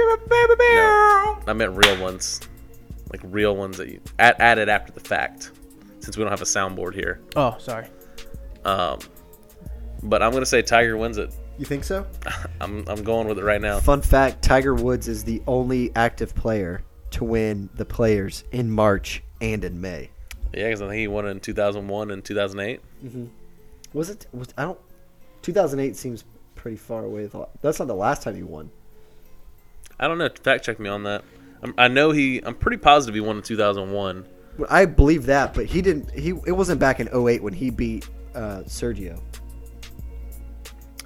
B: No, I meant real ones, like real ones that you add, added after the fact, since we don't have a soundboard here.
D: Oh, sorry.
B: Um, but I'm gonna say Tiger wins it.
A: You think so?
B: I'm I'm going with it right now.
A: Fun fact Tiger Woods is the only active player to win the players in March and in May.
B: Yeah, because I think he won in 2001 and 2008.
A: Was it? Was, I don't. 2008 seems pretty far away. That's not the last time he won.
B: I don't know. Fact check me on that. I'm, I know he. I'm pretty positive he won in 2001.
A: I believe that, but he didn't. He it wasn't back in 08 when he beat uh, Sergio.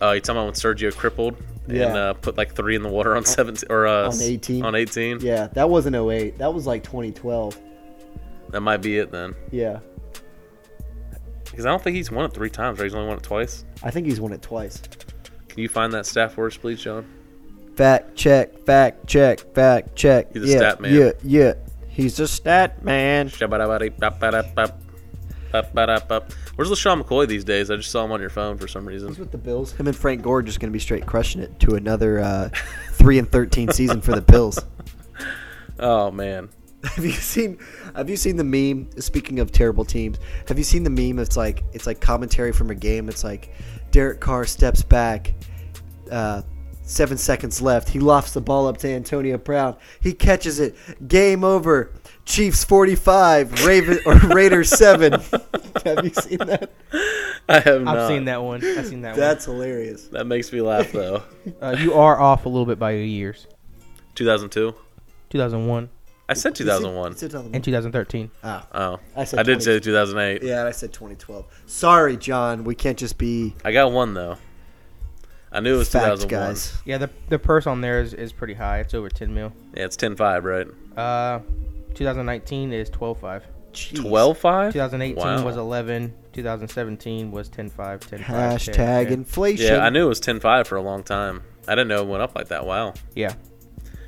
B: Uh, you talking about when Sergio crippled and
A: Yeah.
B: uh, put like three in the water on seventeen or uh,
A: On 18.
B: On 18,
A: Yeah, that wasn't 08. That was like 2012.
B: that might be it then.
A: Yeah,
B: Because I don't think he's won it three times. Right? He's only won it twice.
A: I think he's won it twice.
B: Can you find that staff for us, please, John?
A: Fact check, fact check, fact check.
B: He's a stat man.
A: Yeah, yeah. He's a stat man.
B: Shabba-dabba-dee-bop-ba-da-bop. Bop-ba-da-bop. Where's LaShawn McCoy these days? I just saw him on your phone for some reason.
A: He's with the Bills. Him and Frank Gore just going to be straight crushing it to another uh, three and thirteen season for the Bills.
B: Oh man,
A: Have you seen? Have you seen the meme? Speaking of terrible teams, have you seen the meme? It's like it's like commentary from a game. It's like Derek Carr steps back, uh, seven seconds left. He lofts the ball up to Antonio Brown. He catches it. Game over. Chiefs forty-five. Raven or Raiders seven. have you seen that?
B: I have
D: I've
B: not.
D: seen that one. I've seen that
A: That's hilarious.
B: That makes me laugh though.
D: one. Uh, you are off a little bit by your years.
B: 2002.
D: 2001
B: I said 2001.
A: It's a- it's a-
D: and 2013.
A: Ah.
B: Oh,
A: I
B: I,
A: said 20.
B: did say 2008.
A: Yeah, I said 2012. Sorry, John. We can't just be
B: I got one though. I knew it was
A: fact
B: 2001.
A: guys.
D: Yeah, the the purse on there is, is pretty high. It's over 10 mil.
B: Yeah, it's 10-5, right?
D: Uh, 2019 is 12.5.
A: Jeez.
B: 12-5?
D: 2018
B: Wow.
D: was 11. 2017 was 10.5. 10.5.
A: Hashtag
D: 10.
A: inflation.
B: Yeah, I knew it was 10-5 for a long time. I didn't know it went up like that. Wow.
D: Yeah.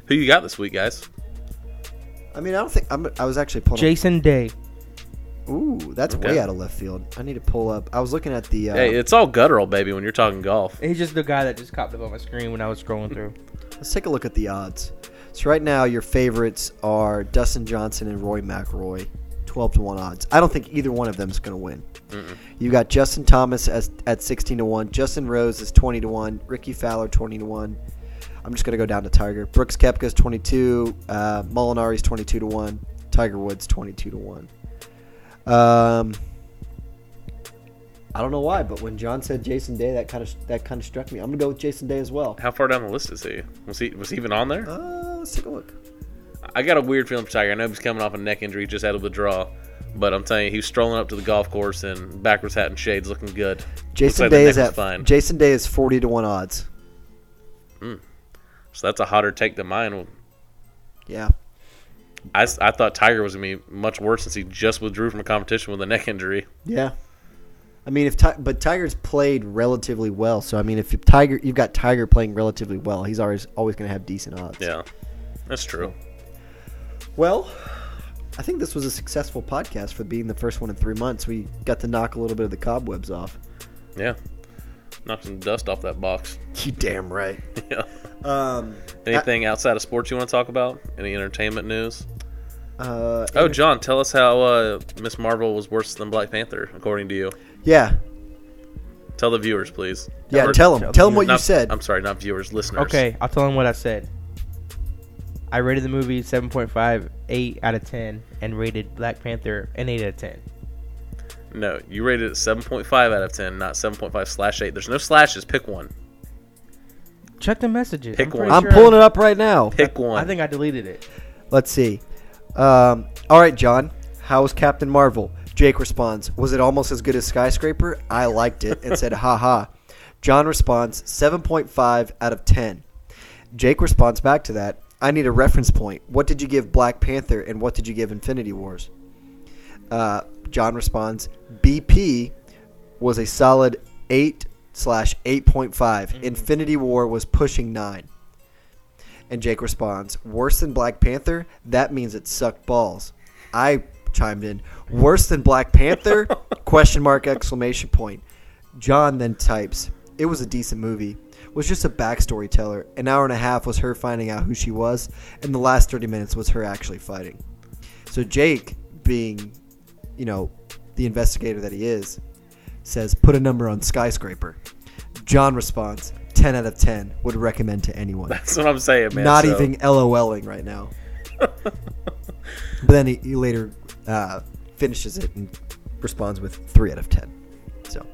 B: Who you got this week, guys?
A: I mean, I don't think I'm, I was actually pulling.
D: Jason Day.
A: up- Ooh, that's
B: Okay.
A: way out of left field. I need to pull up. I was looking at the. Uh,
B: Hey, it's all guttural, baby, when you're talking golf.
D: He's just the guy that just popped up on my screen when I was scrolling through.
A: let's take a look at the odds. So right now, your favorites are Dustin Johnson and Roy McIlroy, twelve to one odds. I don't think either one of them is going to win. You got Justin Thomas as at sixteen to one. Justin Rose is twenty to one. Ricky Fowler twenty to one. I'm just going to go down to Tiger. Brooks Kepka's twenty two. Uh, Molinari's twenty two to one. Tiger Woods twenty two to one. Um, I don't know why, but when John said Jason Day, that kind of that kind of struck me. I'm going to go with Jason Day as well.
B: How far down the list is he? Was he was he even on there?
A: Uh, let's take a look.
B: I got a weird feeling for Tiger. I know he's coming off a neck injury, just had a withdrawal. But I'm telling you, he was strolling up to the golf course in backwards hat and shades, looking good.
A: Jason
B: like the
A: Day
B: neck
A: is
B: was
A: at
B: fine.
A: Jason Day is forty to one odds.
B: So that's a hotter take than mine.
A: Yeah,
B: I, s- I thought Tiger was gonna be much worse since he just withdrew from a competition with a neck injury.
A: yeah. I mean, if Ti- but Tiger's played relatively well, so I mean, if you- Tiger, you've got Tiger playing relatively well, he's always always going to have decent odds.
B: Yeah, that's true.
A: Well, I think this was a successful podcast for being the first one in three months. We got to knock a little bit of the cobwebs off.
B: Yeah, knock some dust off that box.
A: You damn right.
B: Yeah.
A: Um,
B: Anything outside of sports you want to talk about? Any entertainment news?
A: uh,
B: Oh, John, tell us how uh, Miss Marvel was worse than Black Panther, according to you.
A: yeah,
B: Tell the viewers, please.
A: yeah.
B: Or-
A: Tell him,
D: tell
A: tell
D: the
A: him what you
B: not-
A: said.
B: I'm sorry, not viewers, listeners.
D: Okay, I'll tell him what I said. I rated the movie 7.5, 8 out of 10, and rated Black Panther an 8 out of 10.
B: No, you rated it 7.5 out of 10, not 7.5 slash 8. There's no slashes. Pick one.
D: Check the messages.
B: Pick
D: pretty
B: one.
A: I'm
D: sure
A: pulling it up right now.
B: Pick one.
D: I think I deleted it.
A: Let's see. Um, all right, John. How was Captain Marvel? Jake responds, Was it almost as good as Skyscraper? I liked it and said, Ha ha. John responds, 7.5 out of 10. Jake responds back to that, I need a reference point. What did you give Black Panther and what did you give Infinity Wars? Uh, John responds, BP was a solid 8 slash 8.5. Infinity War was pushing 9. And Jake responds, "Worse than Black Panther? That means it sucked balls." I chimed in, "Worse than Black Panther?" question mark exclamation point. John then types, "It was a decent movie. Was just a backstory teller. An hour and a half was her finding out who she was, and the last 30 minutes was her actually fighting." So Jake, being, you know, the investigator that he is, says, "Put a number on skyscraper." John responds, "10 out of 10 would recommend to anyone."
B: That's what I'm saying, man.
A: not
B: so-
A: even LOLing right now. but then he, he later uh, finishes it and responds with three out of ten. So,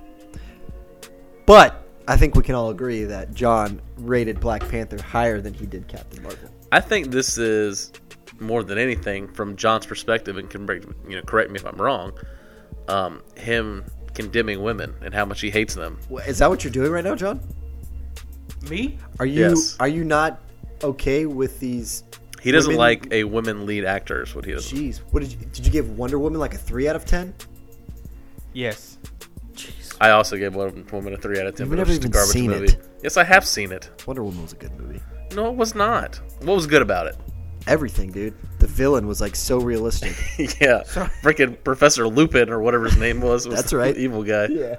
A: but I think we can all agree that John rated Black Panther higher than he did Captain Marvel.
B: I think this is more than anything from John's perspective, and can break, you know correct me if I'm wrong. Um, him condemning women and how much he hates them.
A: Wha- Is that what you're doing right now, John?
C: Me?
A: Are you
B: Yes.
A: are you not okay with these?
B: He doesn't
A: women-
B: like a women lead actor. Is what he doesn't.
A: Jeez, what did you, did you give Wonder Woman like a three out of ten?
D: Yes.
B: I also gave Wonder Woman a three out of 10
A: You've
B: but
A: never
B: it was just a
A: even
B: garbage
A: seen
B: movie.
A: it.
B: Yes, I have seen it.
A: Wonder Woman was a good movie.
B: No, it was not. What was good about it?
A: Everything, dude. The villain was like so realistic.
B: yeah, freaking Professor Lupin or whatever his name was. was
A: That's
B: the
A: right.
B: evil guy.
A: yeah,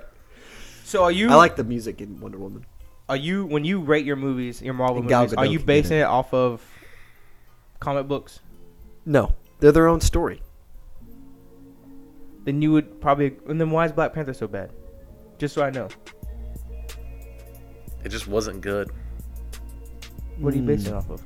D: So are you
A: I like the music in Wonder Woman.
D: are you when you rate your movies, your Marvel
A: And Gal
D: movies, are
A: Gadot
D: you
A: can get
D: basing
A: in.
D: it off of comic books?
A: No, they're their own story.
D: Then you would probably and then why is Black Panther so bad? Just so I know.
B: It just wasn't good.
D: What are you
A: Hmm.
D: basing it off of?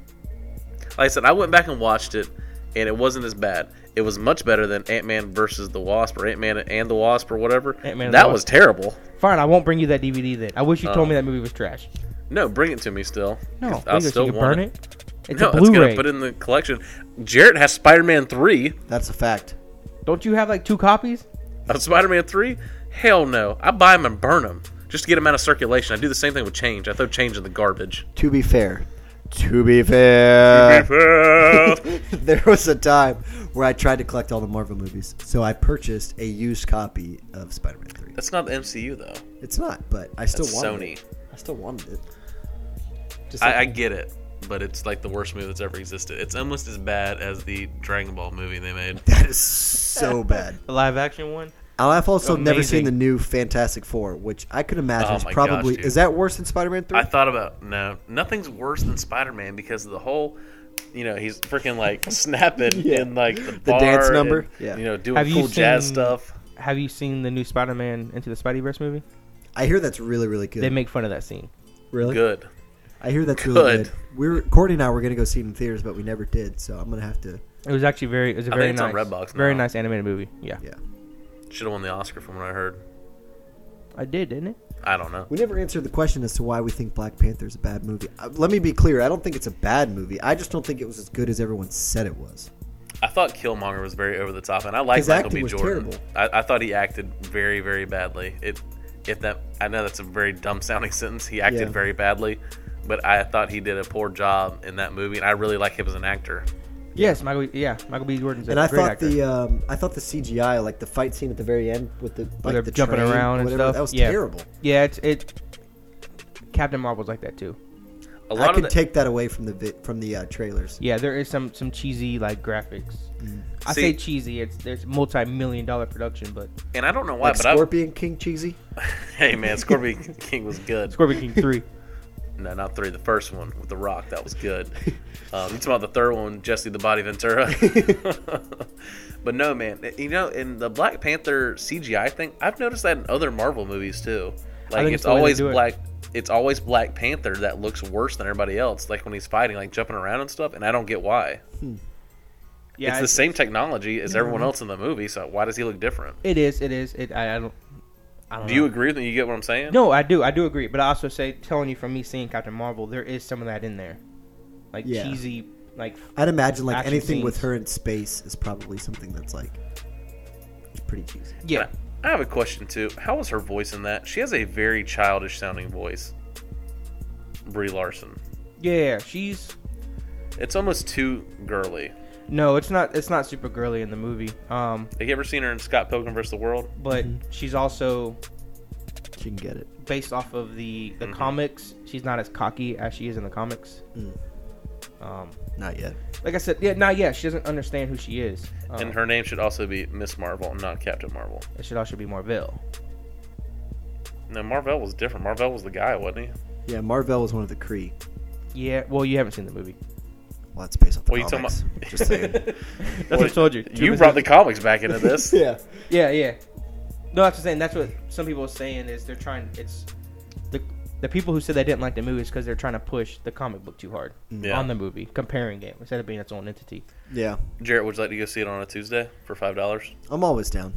B: Like I said, I went back and watched it, and it wasn't as bad. It was much better than Ant Man versus the Wasp or Ant Man and the Wasp or whatever.
D: Ant-Man and the
B: that
D: Wasp.
B: was terrible.
D: Fine, I won't bring you that DVD then. I wish you told
B: Oh.
D: me
A: Uh,
D: that movie was trash.
B: No, bring it to me still.
D: No,
B: I
D: Vegas, you
B: still
D: can
B: want
D: burn
B: it.
D: it. It's
B: no,
D: a
B: it's gonna
D: Blu-ray.
B: put it in the collection. Jarrett has Spider Man three.
A: That's a fact.
D: Don't you have like two copies?
B: of Spider-Man three? Hell no! I buy them and burn them just to get them out of circulation. I do the same thing with change. I throw change in the garbage.
A: To be fair, to be fair, there was a time where I tried to collect all the Marvel movies, so I purchased a used copy of Spider-Man Three.
B: That's not the MCU though.
A: It's not, but I still
B: That's
A: wanted
B: Sony.
A: it. I still wanted it. Just
B: I, I get it, but it's like the worst movie that's ever existed. It's almost as bad as the Dragon Ball movie they made.
A: that is so bad.
D: The live action one?
A: And I've also never
D: Amazing.
A: seen the new Fantastic Four, which I could imagine
B: Oh
A: is
B: my
A: probably
B: gosh, dude.
A: is that worse than Spider-Man Three?
B: I thought about no, nothing's worse than Spider-Man because of the whole. You know he's freaking like snapping
A: Yeah.
B: in like the,
A: The dance
B: bar
A: number?
B: and,
A: Yeah.
B: You know doing
D: Have you
B: cool jazz
D: seen-
B: stuff.
D: Have you seen the new Spider-Man Into the Spideyverse movie?
A: I hear that's really, really good.
D: They make fun of that scene.
A: really
B: Good.
A: I hear that's really
B: Good.
A: good. We were Courtney and I were gonna go see it in theaters, but we never did. So I'm gonna have to.
D: It was actually very. It was a
B: I
D: very
B: think it's on
D: nice,
B: Redbox
D: very
B: now.
D: nice animated movie. Yeah.
A: Yeah,
B: Should have won the Oscar from what I heard.
D: I did, didn't it?
B: I don't know.
A: we never answered the question as to why we think Black Panther is a bad movie. Uh, let me be clear. I don't think it's a bad movie. I just don't think it was as good as everyone said it was.
B: I thought Killmonger was very over the top, and I like
A: His
B: Michael
A: acting
B: B.
A: was
B: Jordan.
A: terrible.
B: I, I thought he acted very, very badly. It, if that, I know that's a very dumb sounding sentence. He acted
A: Yeah.
B: very badly, but I thought he did a poor job in that movie, and I really like him as an actor.
D: Yes, Michael. Yeah, Michael B. Jordan's a
A: And I
D: great
A: thought
D: actor.
A: the um, I thought the CGI, like the fight scene at the very end with the like
D: they're
A: the
D: jumping
A: train,
D: around and
A: whatever,
D: stuff.
A: that was
D: Yeah.
A: terrible.
D: yeah, it's it. Captain Marvel's like that too.
B: A lot
A: I
B: of
A: could
B: the-
A: take that away from the vi- from the uh, trailers.
D: Yeah, there is some some cheesy like graphics. I
B: See-
D: say cheesy. It's there's multi-million dollar production, but
B: and I don't know why,
A: Like
B: but I,
A: Scorpion King cheesy.
B: hey man, Scorpion King was good.
D: Scorpion King three.
B: No, not three. The first one with the Rock that was good. Um, you talking about the third one, Jesse the Body Ventura? but no, man. eh, You know, in the Black Panther CGI thing, I've noticed that in other Marvel movies too. Like it's,
D: think it's the way they
B: always
D: do it.
B: black. It's always Black Panther that looks worse than everybody else. Like when he's fighting, like jumping around and stuff. And I don't get why.
D: Yeah,
B: it's the same technology as everyone else in the movie. So why does he look different?
D: It is. It is. It. I, I don't. I don't
B: Do
D: know.
B: you agree with me? You get what I'm saying?
D: No, I do. I do agree. But I also say, telling you from me seeing Captain Marvel, there is some of that in there, like
A: Yeah.
D: cheesy, like
A: I'd imagine like
D: Action
A: anything with
D: scenes.
A: her in space is probably something that's like it's pretty cheesy.
D: yeah.
B: I have a question too. How was her voice in that? She has a very childish sounding voice. Brie Larson.
D: Yeah, she's
B: It's almost too girly.
D: no, it's not. It's not super girly in the movie. Um,
B: Have you ever seen her in Scott Pilgrim vs. the World?
D: but she's also
A: She can get it.
D: based off of the the comics. She's not as cocky as she is in the comics. Um,
A: Not yet.
D: like I said, yeah, not yet. She doesn't understand who she is. Um,
B: And her name should also be Miss Marvel, not Captain Marvel.
D: it should also be Marvel.
B: No, Marvel was different. Marvel was the guy, wasn't he?
A: Yeah, Marvel was one of the Kree.
D: Yeah. Well, you haven't seen the movie.
A: Well, that's based off the
B: What are you talking
A: comics.
B: about?
A: Just saying.
D: That's what I told you.
B: You brought the comics back into this.
A: yeah.
D: Yeah, yeah. No, that's what I'm saying. That's what some people are saying is they're trying. It's the the people who said they didn't like the movie is because they're trying to push the comic book too hard
B: Yeah.
D: on the movie, comparing it instead of being its own entity.
A: Yeah.
B: Jarrett, would you like to go see it on a Tuesday for five dollars?
A: I'm always down.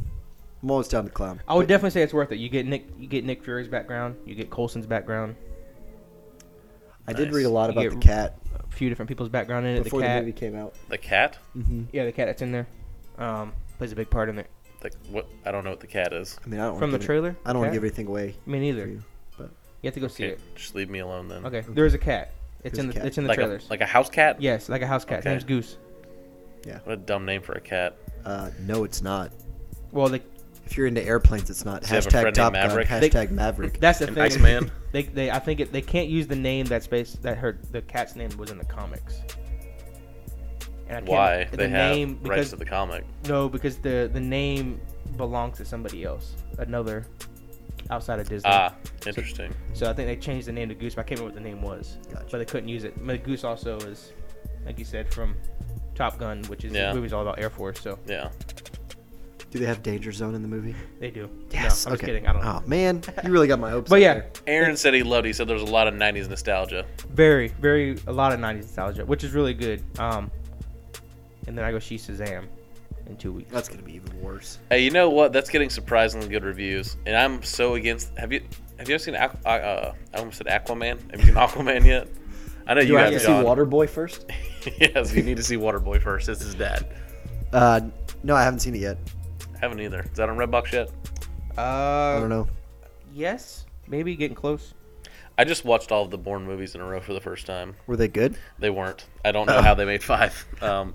A: I'm always down to clown.
D: I would definitely say it's worth it. You get Nick, you get Nick Fury's background, you get Colson's background.
A: I did
B: Nice.
A: read a lot
D: You
A: about
D: get-
A: the cat.
D: a few different people's background in it.
A: before
D: the
A: the,
D: cat,
A: movie came out.
B: The cat?
A: Mm-hmm.
D: yeah, the cat that's in there, um, plays a big part in it.
B: The, what? I don't know what the cat is.
A: I mean, I don't wanna
D: From the
A: give it-
D: trailer,
A: I don't want
D: cat?
A: to give anything away
D: Me neither.
A: for you.
D: You. have to go see
B: Okay,
D: it.
B: just leave me alone then.
D: Okay, there is a cat. It's
A: There's
D: in
A: a
D: the
A: cat.
D: it's in the
B: Like a,
D: trailers.
B: like a house cat?
D: yes, like a house cat. His
B: Okay.
D: name's Goose.
B: What a dumb name for a cat.
A: Uh, no, it's not.
D: Well, the,
A: If you're into airplanes, it's not.
B: Does it have a
A: Hashtag
B: friend
A: Top
B: named
A: Gun.
B: Maverick?
A: Hashtag Maverick.
D: that's the
B: An
D: thing.
B: Iceman?
D: They, they I think it, they can't use the name that's based that her the cat's name was in the comics. And I can't-
B: Why?
D: the
B: They have
D: name
B: rights
D: because
B: to the comic.
D: no because the the name belongs to somebody else, another outside of Disney.
B: Ah, interesting.
D: So I think they changed the name to Goose, but I can't remember what the name was.
A: Gotcha.
D: But they couldn't use it. But Goose also is, like you said, from Top Gun, which is
B: Yeah.
D: the movie's all about Air Force. So
B: Yeah.
A: Do they have Danger Zone in the movie?
D: they do.
A: Yes.
D: No, I'm
A: okay.
D: just kidding. I don't know.
A: Oh man, you really got my hopes.
D: But
A: up
D: yeah,
A: there.
B: Aaron said he loved it. He said there was a lot of 90s nostalgia.
D: very, very a lot of '90s nostalgia, which is really good. Um, and then I go she Shazam in two weeks.
A: that's gonna be even worse.
B: Hey, you know what? That's getting surprisingly good reviews, and I'm so against. Have you have you ever seen? Aqu- uh, I almost said Aquaman. Have you seen Aquaman yet? I know
A: Do
B: you
A: I
B: have
A: have to see
B: John.
A: Waterboy first?
B: yes, you need to see Waterboy first. It's his dad.
A: Uh, no, I haven't seen it yet.
B: I haven't either. Is that on Redbox yet?
D: Uh,
A: I don't know.
D: Yes, maybe getting close.
B: I just watched all of the Bourne movies in a row for the first time.
A: Were they good?
B: They weren't. I don't know how they made five. Um,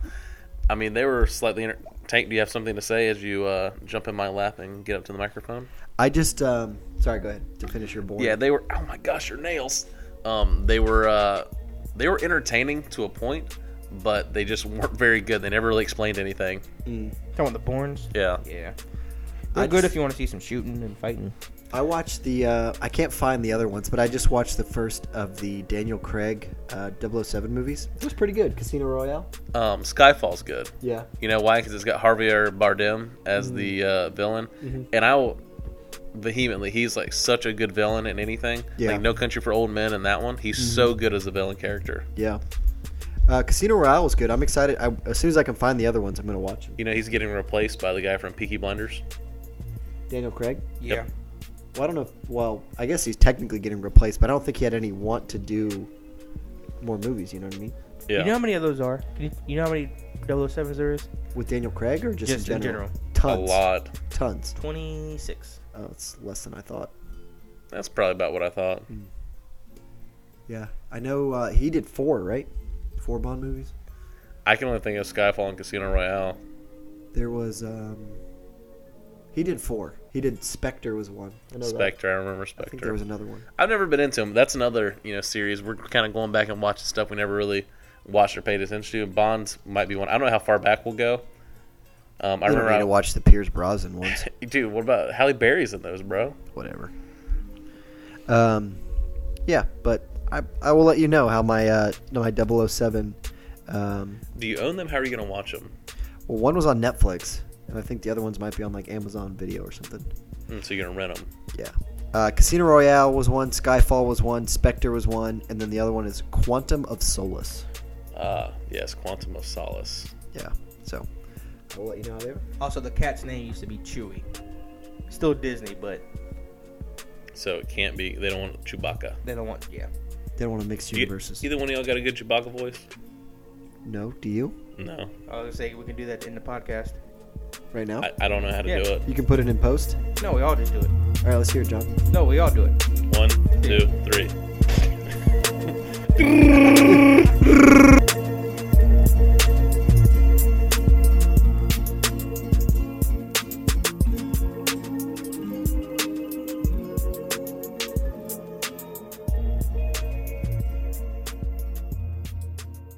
B: I mean, they were slightly. Inter- Tank, do you have something to say as you uh, jump in my lap and get up to the microphone?
A: I just um, sorry. Go ahead to finish your board.
B: Yeah, they were. Oh my gosh, your nails. Um, they were uh, they were entertaining to a point, but they just weren't very good. They never really explained anything.
D: Talking about the Bournes.
B: Yeah,
D: Yeah,
A: I
D: they're good
A: just-
D: if you want to see some shooting and fighting.
A: I watched the. Uh, I can't find the other ones, but I just watched the first of the Daniel Craig uh, 007 movies. It was pretty good. Casino Royale.
B: um, Skyfall's good.
A: Yeah.
B: You know why? Because it's got Javier Bardem as the uh, villain, and I will vehemently he's like such a good villain in anything.
A: Yeah.
B: Like No Country for Old Men and that one, he's so good as a villain character.
A: Yeah. Uh, Casino Royale was good. I'm excited. I, as soon as I can find the other ones, I'm gonna watch them.
B: You know, he's getting replaced by the guy from Peaky Blinders.
A: Daniel Craig.
D: Yeah,
A: Well, I don't know. If, well, I guess he's technically getting replaced, but I don't think he had any want to do more movies. You know what I mean?
B: Yeah.
D: you know how many of those are? Can You, you know how many 007s there is?
A: With Daniel Craig or just,
D: Just
A: in,
D: in
A: general?
D: general.
B: a
A: Tons.
B: lot.
A: Tons.
D: Twenty six.
A: Oh, it's less than I thought.
B: That's probably about what I thought.
A: Yeah, I know. Uh, he did four, right? Four Bond movies.
B: I can only think of Skyfall and Casino Royale.
A: There was. Um, he did four. He did Spectre was one. I know That.
B: Spectre, I remember
A: I think there
B: Spectre.
A: was another one.
B: I've never been into them. That's another you know series. We're kind of going back and watching stuff we never really watched or paid attention to. Bonds might be one. I don't know how far back we'll go. Um, I
A: I
B: remember,
A: don't need
B: I,
A: to watch the Pierce Brosnan ones.
B: dude. What about Halle Berry's in those, bro?
A: Whatever. Um, yeah, but I I will let you know how my uh my 007. Um,
B: Do you own them? How are you gonna watch them?
A: well, one was on Netflix, and I think the other ones might be on like Amazon Video or something.
B: Mm, so you're gonna rent them.
A: Yeah. Uh, Casino Royale was one, Skyfall was one, Spectre was one, and then the other one is Quantum of Solace.
B: Uh, yes, Quantum of Solace.
A: Yeah. So I will let you know how they are.
D: Also, the cat's name used to be Chewy. Still Disney, but
B: So it can't be. They don't want Chewbacca.
D: they don't want. Yeah,
A: They don't want to mix
B: Do you-
A: universes.
B: either one of y'all got a good Chewbacca voice?
A: no, do you?
B: No,
D: I was gonna say we can do that in the podcast.
A: Right now?
B: I, I don't know how to
D: Yeah.
B: do it.
A: you can put it in post.
D: No, we all just do it.
A: All right, let's hear it, John.
D: No, we all do it.
B: One, two, three.